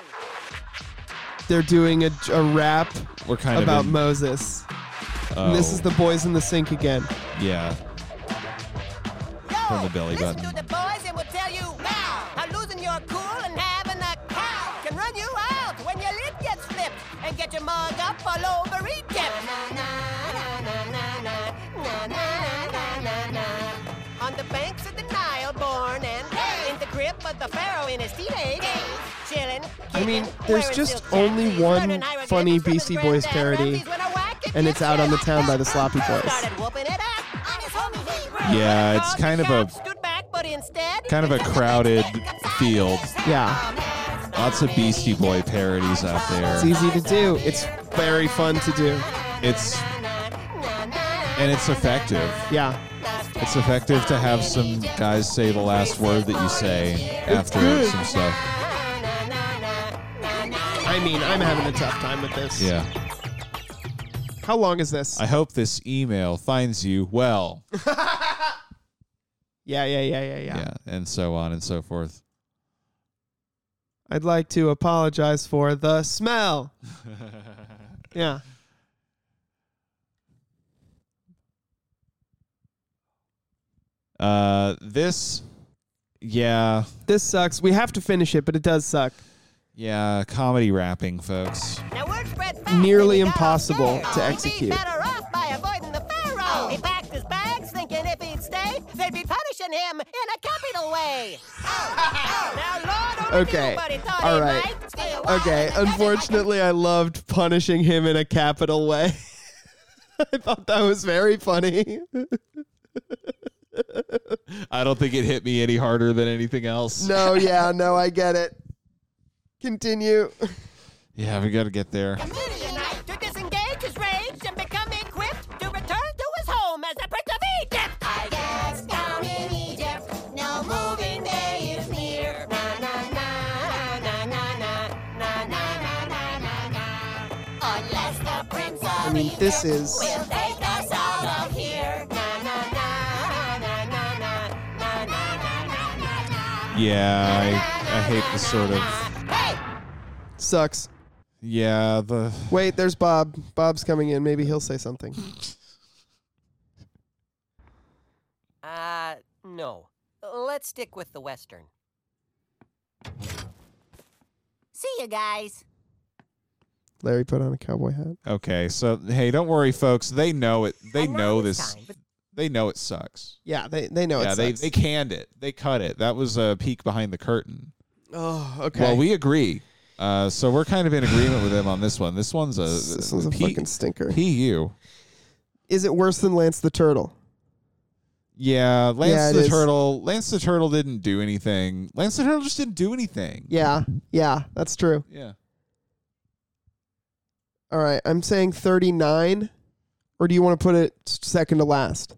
C: They're doing a, a rap
B: We're kind of
C: about
B: in-
C: Moses. And this
B: Oh.
C: is the boys in the sink again.
B: Yeah. From the belly button.
H: The boys and will tell you now how losing your cool and having a cow can run you out when your lip gets slipped and get your mug up all over Egypt. On the banks of the Nile, born and in the grip of the pharaoh in his teenage days, chilling.
C: I mean,
H: kicking,
C: there's
H: wearing
C: just
H: silk
C: only
H: jerseys,
C: one
H: learning hieroglyphics
C: funny
H: from his
C: Beastie Boys
H: granddad,
C: parody,
H: Ramses, when a whack it
C: and
H: gets
C: it's out on the town by the Sloppy Boys.
H: Started whooping it up on his homie Hebrew.
B: Yeah, it's kind of a
H: Stood back, but instead
B: kind of a crowded field.
C: Yeah,
B: Lots of Beastie Boy parodies out
C: it's
B: there.
C: easy to do. It's very fun to do.
B: It's and it's effective.
C: Yeah,
B: It's effective to have some guys say the last word that you say after
C: good.
B: some stuff.
C: I mean, I'm having a tough time with this.
B: Yeah.
C: How long is this?
B: I hope this email finds you well.
C: yeah, yeah, yeah, yeah, yeah,
B: Yeah, and so on and so forth.
C: I'd like to apologize for the smell. Yeah.
B: Uh, this, yeah,
C: This sucks. We have to finish it, but it does suck.
B: yeah, comedy rapping, folks.
H: Now word spread fast
C: Nearly
H: that he got
C: impossible
H: upstairs.
C: to
H: He'd be
C: execute.
H: better off by avoiding the pharaoh. He packed his bags, thinking if he'd stay, they'd be punishing him in a capital way. now, Lord, only
C: Okay.
H: few, but he thought
C: All
H: he
C: right.
H: might stay a while
C: Okay,
H: in the
C: unfortunately, I loved punishing him in a capital way. I thought that was very funny.
B: I don't think it hit me any harder than anything else.
C: no, yeah, no, I get it. Continue.
B: Yeah, we got to get there.
H: Midianite to disengage his rage and become equipped to return to his home as a prince of Egypt.
Q: I guess down in Egypt, no moving day is near. Na na
C: mean, this is
Q: We'll take us out of here. Na na na na na na na na na na na na.
B: Yeah, I, I hate this sort of.
C: sucks.
B: Yeah, the
C: Wait, there's Bob. Bob's coming in. Maybe he'll say something.
H: Uh, no. Let's stick with the Western.
G: See you guys.
C: Larry put on a cowboy hat.
B: Okay, so hey, don't worry, folks. They know it. They know this. They know it sucks.
C: Yeah, they they know
B: yeah,
C: Oh, it
B: they
C: sucks.
B: they canned it. They cut it. That was a peek behind the curtain.
C: oh, okay.
B: Well, we agree. Uh, so we're kind of in agreement with them on this one. This one's a
C: This one's a fucking stinker.
B: PU.
C: is it worse than Lance the Turtle?
B: Yeah, Lance
C: Yeah, it
B: the
C: is.
B: Turtle. Lance the Turtle didn't do anything. Lance the Turtle just didn't do anything.
C: Yeah, yeah, that's true.
B: Yeah.
C: All right, I'm saying 39, or do you want to put it s- second to last?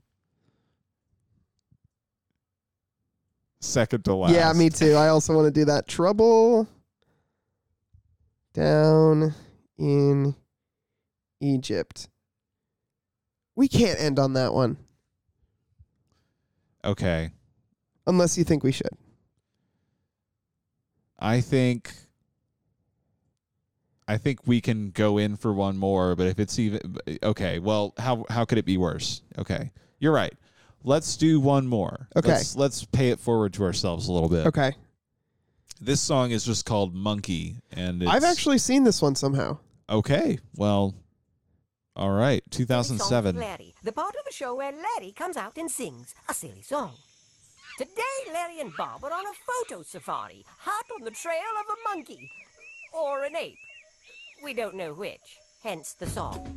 B: Second to last.
C: Yeah, me too. I also want to do that. Trouble down in Egypt. We can't end on that one
B: Okay.
C: unless you think we should.
B: I think I think we can go in for one more, but if it's even okay, well, how how could it be worse? Okay. You're right. Let's do one more.
C: Okay.
B: Let's, let's pay it forward to ourselves a little bit.
C: Okay.
B: This song is just called Monkey and it's
C: I've actually seen this one somehow.
B: Okay. Well, all right. 2007.
I: Larry, the part of the show where Larry comes out and sings a silly song. Today, Larry and Bob are on a photo safari, hot on the trail of a monkey or an ape. We don't know which, hence the song.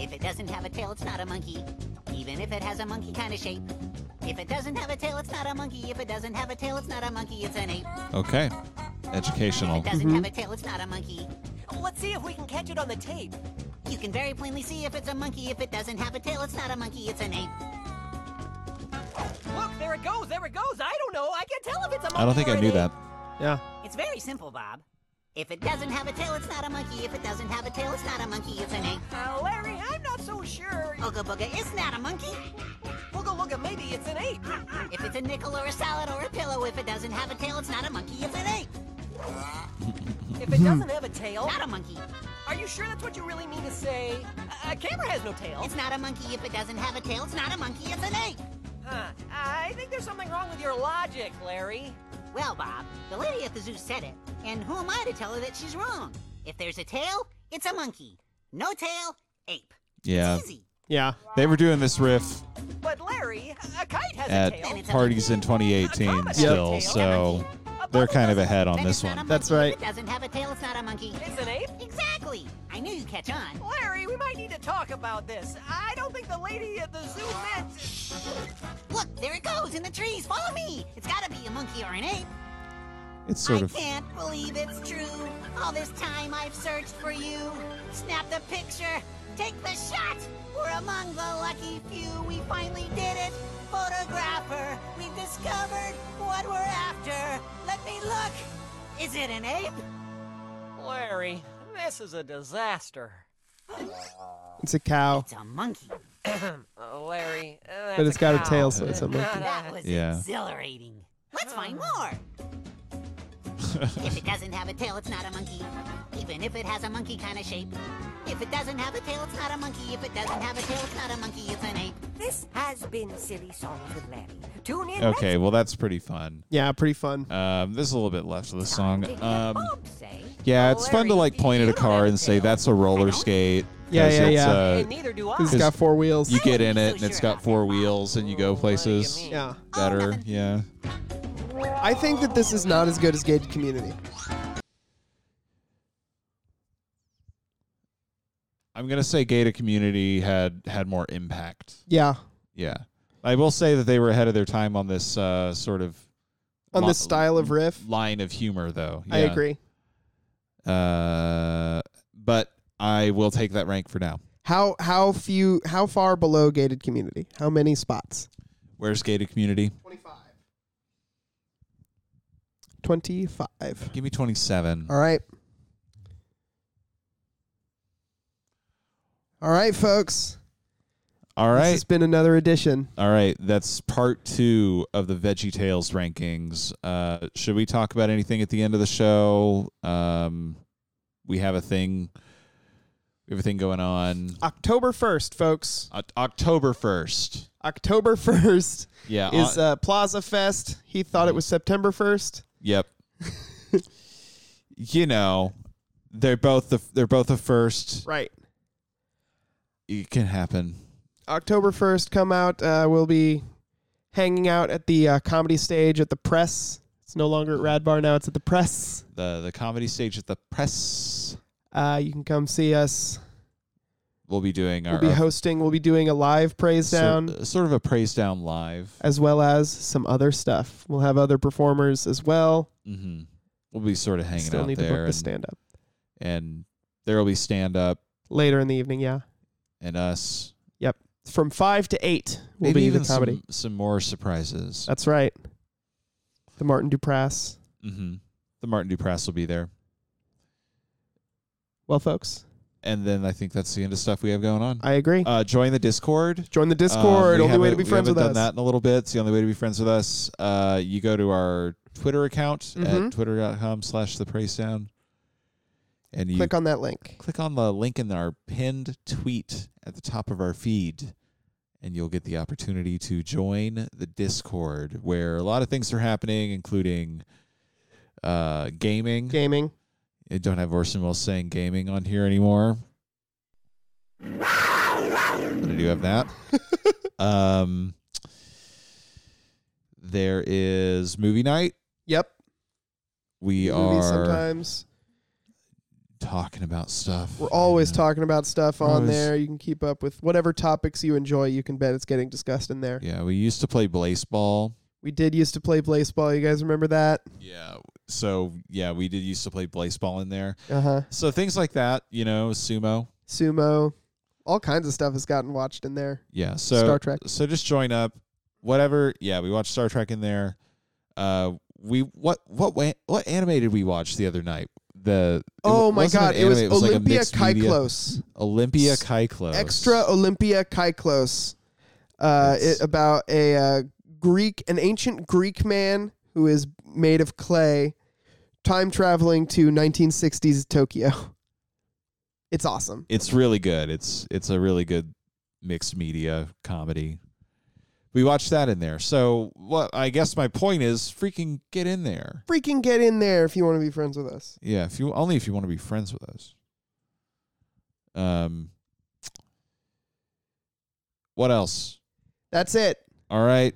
L: If it doesn't have a tail, it's not a monkey. Even if it has a monkey kind of shape. If it doesn't have a tail, it's not a monkey. If it doesn't have a tail, it's not a monkey. It's an ape.
B: Okay. Educational.
L: If it doesn't have a tail, it's not a monkey. Let's see if we can catch it on the tape. You can very plainly see if it's a monkey. If it doesn't have a tail, it's not a monkey. It's an ape.
I: Look, there it goes, there it goes. I don't know. I can't tell if it's a
B: I don't think I knew that.
C: Yeah.
L: It's very simple, Bob. If it doesn't have a tail, it's not a monkey. If it doesn't have a tail, it's not a monkey. It's an ape.
I: Uh, Larry, I'm not so sure.
L: Ooga booga, isn't that a monkey?
I: Booga looga, maybe it's an ape.
L: If it's a nickel or a salad or a pillow, if it doesn't have a tail, it's not a monkey. It's an ape.
I: If
B: Hmm.
I: it doesn't have a tail,
L: Not a monkey.
I: are you sure that's what you really mean to say? A, a camera has no tail.
L: It's not a monkey. If it doesn't have a tail, it's not a monkey. It's an ape.
I: Huh. I think there's something wrong with your logic, Larry.
L: Well, Bob, the lady at the zoo said it, and who am I to tell her that she's wrong? If there's a tail, it's a monkey. No tail, ape.
B: Yeah.
C: Yeah.
B: They were doing this riff
I: But Larry, a kite has a tail.
B: at parties in 2018
C: Yep.
B: still, so they're kind of ahead on this one.
C: That's right.
L: If it doesn't have a tail, it's not a monkey.
I: It's an ape?
L: Exactly. I knew you'd catch on.
I: Larry, we might need to talk about this. I don't think the lady at the zoo meant.
L: Look, there it goes in the trees. Follow me. It's gotta be a monkey or an ape.
B: It's sort
L: I
B: of
L: can't believe it's true. All this time I've searched for you. Snap the picture. Take the shot. We're among the lucky few. We finally did it. Photographer, we've discovered what we're after. Let me look. Is it an ape?
I: Larry, this is a disaster.
C: It's a cow.
L: It's a monkey.
I: Larry, uh, that's
C: But it's got a tail, so
I: cow.
C: it's a monkey.
L: That was
B: Yeah.
L: exhilarating. Let's find more. if it doesn't have a tail, it's not a monkey. Even if it has a monkey kind of shape. If it doesn't have a tail, it's not a monkey. If it doesn't have a tail, it's not a monkey. It's an ape.
I: This has been Silly Songs with Larry. Tune in
B: Okay, well that's pretty fun.
C: Yeah, pretty fun.
B: Um, there's a little bit left of the song.
I: next time.
B: Um,
I: Bob say,
B: yeah, it's fun to like point at a car and say that's a roller skate.
C: Yeah,
B: 'cause
C: yeah,
B: it's,
C: yeah.
B: uh,
I: And neither do I.
C: 'Cause it's got four wheels.
B: You get in it and it's got four wheels and you
I: Oh,
B: go places
C: Yeah.
B: better. Yeah.
C: I think that this is not as good as Gated Community.
B: I'm gonna say Gated Community had had more impact.
C: Yeah.
B: Yeah. I will say that they were ahead of their time on this uh, sort of
C: On
B: li-
C: this style of riff,
B: line of humor though.
C: I
B: Yeah.
C: agree.
B: Uh, but I will take that rank for now.
C: How how few how far below gated community? How many spots?
B: Where's gated community?
C: 25.
B: Give me 27.
C: All right. All right, folks.
B: All right.
C: This has been another edition.
B: All right, that's part two of the Veggie Tales rankings. Uh, should we talk about anything at the end of the show? Um, we have a thing, we have a thing going on
C: October 1st, folks.
B: O- October first.
C: October 1st
B: Yeah,
C: is
B: on-
C: uh, Plaza Fest. He thought it was September 1st.
B: Yep. you know, they're both the they're both the first.
C: Right.
B: It can happen.
C: October 1st, come out. Uh, we'll be hanging out at the uh, comedy stage at the press. It's no longer at Rad Bar now, it's at the press.
B: the The comedy stage at the press.
C: Uh, you can come see us.
B: We'll be doing our
C: We'll be hosting, we'll be doing a live praise
B: sort-
C: down.
B: sort of a praise down live.
C: as well as some other stuff. We'll have other performers as well.
B: Mm-hmm. We'll be sort of hanging
C: Still
B: out
C: need to
B: there
C: book the
B: and-
C: stand up
B: and there will be stand up
C: later in the evening. Yeah.
B: and us.
C: Yep. From five to eight will
B: Maybe
C: be
B: even
C: the comedy.
B: Some, some more surprises.
C: That's right. The Martin Duprass.
B: hmm The Martin Duprass will be there,
C: Well, folks,
B: and then I think that's the end of stuff we have going on.
C: I agree.
B: Uh, join the Discord. Um,
C: Join the Discord.
B: we
C: Only way to
B: haven't-
C: be friends
B: we haven't
C: with
B: done
C: us.
B: that in a little bit. It's the only way to be friends with us. Uh, you go to our Twitter account
C: Mhm.
B: at twitter.com slash the praise down. And you
C: Click on that link.
B: click on the link in our pinned tweet at the top of our feed, and you'll get the opportunity to join the Discord where a lot of things are happening, including uh, gaming.
C: Gaming.
B: I don't have Orson Welles saying gaming on here anymore. But I do have that. um, there is movie night.
C: Yep.
B: We
C: Movies
B: are
C: sometimes.
B: talking about stuff.
C: We're always talking about stuff
B: We're
C: on
B: always-
C: there. You can keep up with whatever topics you enjoy. You can bet it's getting discussed in there.
B: Yeah, we used to play baseball.
C: We did used to play baseball. You guys remember that?
B: Yeah. So yeah, we did used to play baseball in there.
C: Uh huh.
B: So things like that, you know, sumo.
C: Sumo. All kinds of stuff has gotten watched in there.
B: Yeah. So
C: Star Trek.
B: So just join up. Whatever. Yeah, we watched Star Trek in there. Uh, we what what wa- what anime did we watch the other night? The it
C: Oh
B: wa-
C: my
B: wasn't
C: God,
B: an
C: it was
B: anime, like a
C: Olympia
B: mixed media-
C: Kyklos.
B: Olympia
C: S-
B: Kyklos.
C: Extra Olympia Kyklos. Uh,
B: It's-
C: it about a uh, Greek, an ancient Greek man who is made of clay, time traveling to 1960s Tokyo. It's awesome.
B: It's really good. It's it's a really good mixed media comedy. We watched that in there. So what I guess my point is, freaking get in there.
C: Freaking get in there if you want to be friends with us.
B: Yeah, if you only if you want to be friends with us. Um what else?
C: That's it.
B: All right.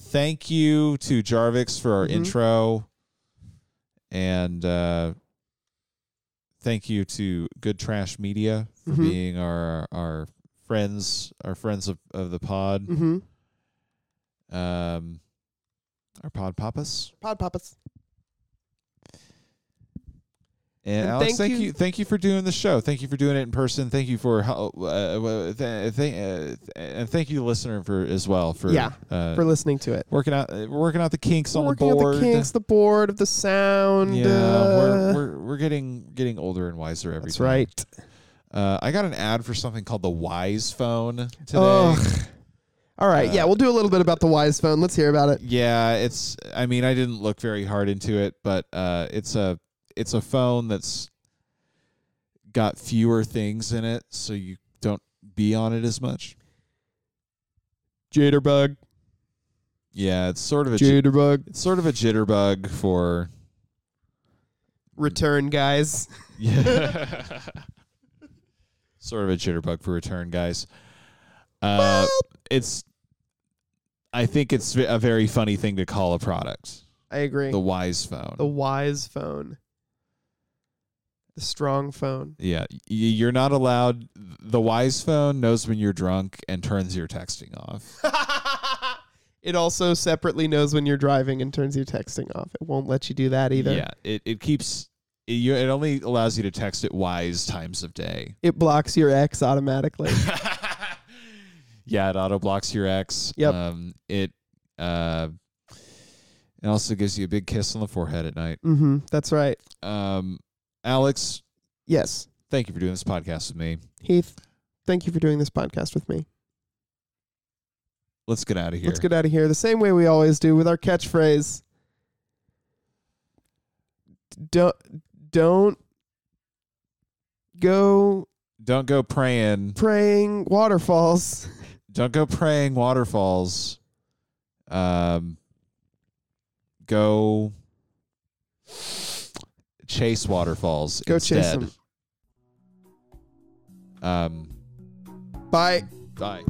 B: Thank you to Jarvix for our
C: Mhm.
B: intro. And uh thank you to Good Trash Media for
C: Mhm.
B: being our our friends, our friends of, of the pod.
C: Mm-hmm.
B: Um our pod papas.
C: Pod Papas.
B: And,
C: And
B: Alex,
C: thank
B: thank,
C: you-
B: you. thank you for doing the show. Thank you for doing it in person. Thank you for how, uh, th- th- uh, and thank you, the listener, for as well for
C: Yeah,
B: uh,
C: for listening to it.
B: working out uh, working out the kinks
C: We're
B: on the
C: working out
B: board.
C: the kinks, the board, of the sound.
B: yeah,
C: uh,
B: we're, we're we're getting getting older and wiser every
C: that's
B: day.
C: right.
B: Uh, I got an ad for something called the Wise Phone today.
C: Ugh. All right.
B: Uh,
C: yeah, we'll do a little bit about the Wise Phone. Let's hear about it.
B: Yeah, it's. I mean, I didn't look very hard into it, but uh, it's a it's a phone that's got fewer things in it, so you don't be on it as much.
C: Jitterbug.
B: Yeah, it's sort of a jit-
C: Jitterbug.
B: it's sort of a jitterbug for
C: Return, guys.
B: yeah, sort of a jitterbug for return, guys. Uh, it's. I think it's a very funny thing to call a product,
C: I agree.
B: the
C: The,
B: Wise Phone.
C: wise phone. The strong phone.
B: Yeah, y- you're not allowed. The Wise phone knows when you're drunk and turns your texting off.
C: It also separately knows when you're driving and turns your texting off. It won't let you do that either.
B: Yeah, it it keeps it, you. It only allows you to text at wise times of day.
C: It blocks your ex automatically.
B: Yeah, it auto blocks your ex.
C: Yep.
B: Um, it uh, it also gives you a big kiss on the forehead at night.
C: mm-hmm. That's right.
B: Um, Alex,
C: Yes.
B: thank you for doing this podcast with me.
C: Heath, Thank you for doing this podcast with me.
B: Let's get out of here.
C: Let's get out of here the same way we always do with our catchphrase. Don't don't go
B: Don't go praying.
C: praying waterfalls.
B: Don't go praying waterfalls. Um, go chase waterfalls.
C: Go chase
B: instead.
C: 'em.
B: Um,
C: Bye.
B: bye.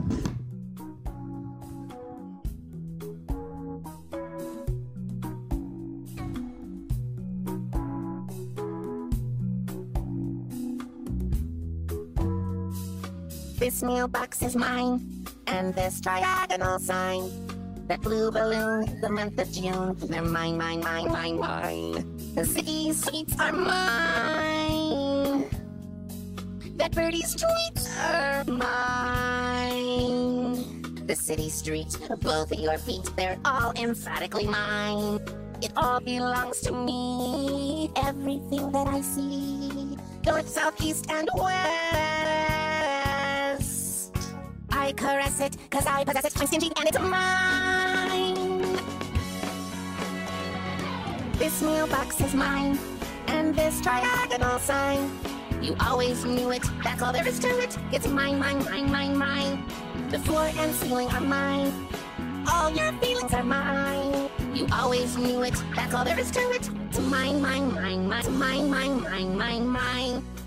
Q: This mailbox is mine, and this diagonal sign. That blue balloon, the month of June, they're mine, mine, mine, mine, mine. The city streets are mine. That birdie's tweets are mine. The city streets, both of your feet, they're all emphatically mine. It all belongs to me. Everything that I see, north, south, east, and west. I caress it, cause I possess it. I'm stingy and it's mine. This mailbox is mine, and this triagonal sign. You always knew it, that's all there is to it. It's mine, mine, mine, mine, mine. The floor and ceiling are mine. All your feelings are mine. You always knew it, that's all there is to it. It's mine, mine, mine, mine, it's mine, mine, mine, mine, mine.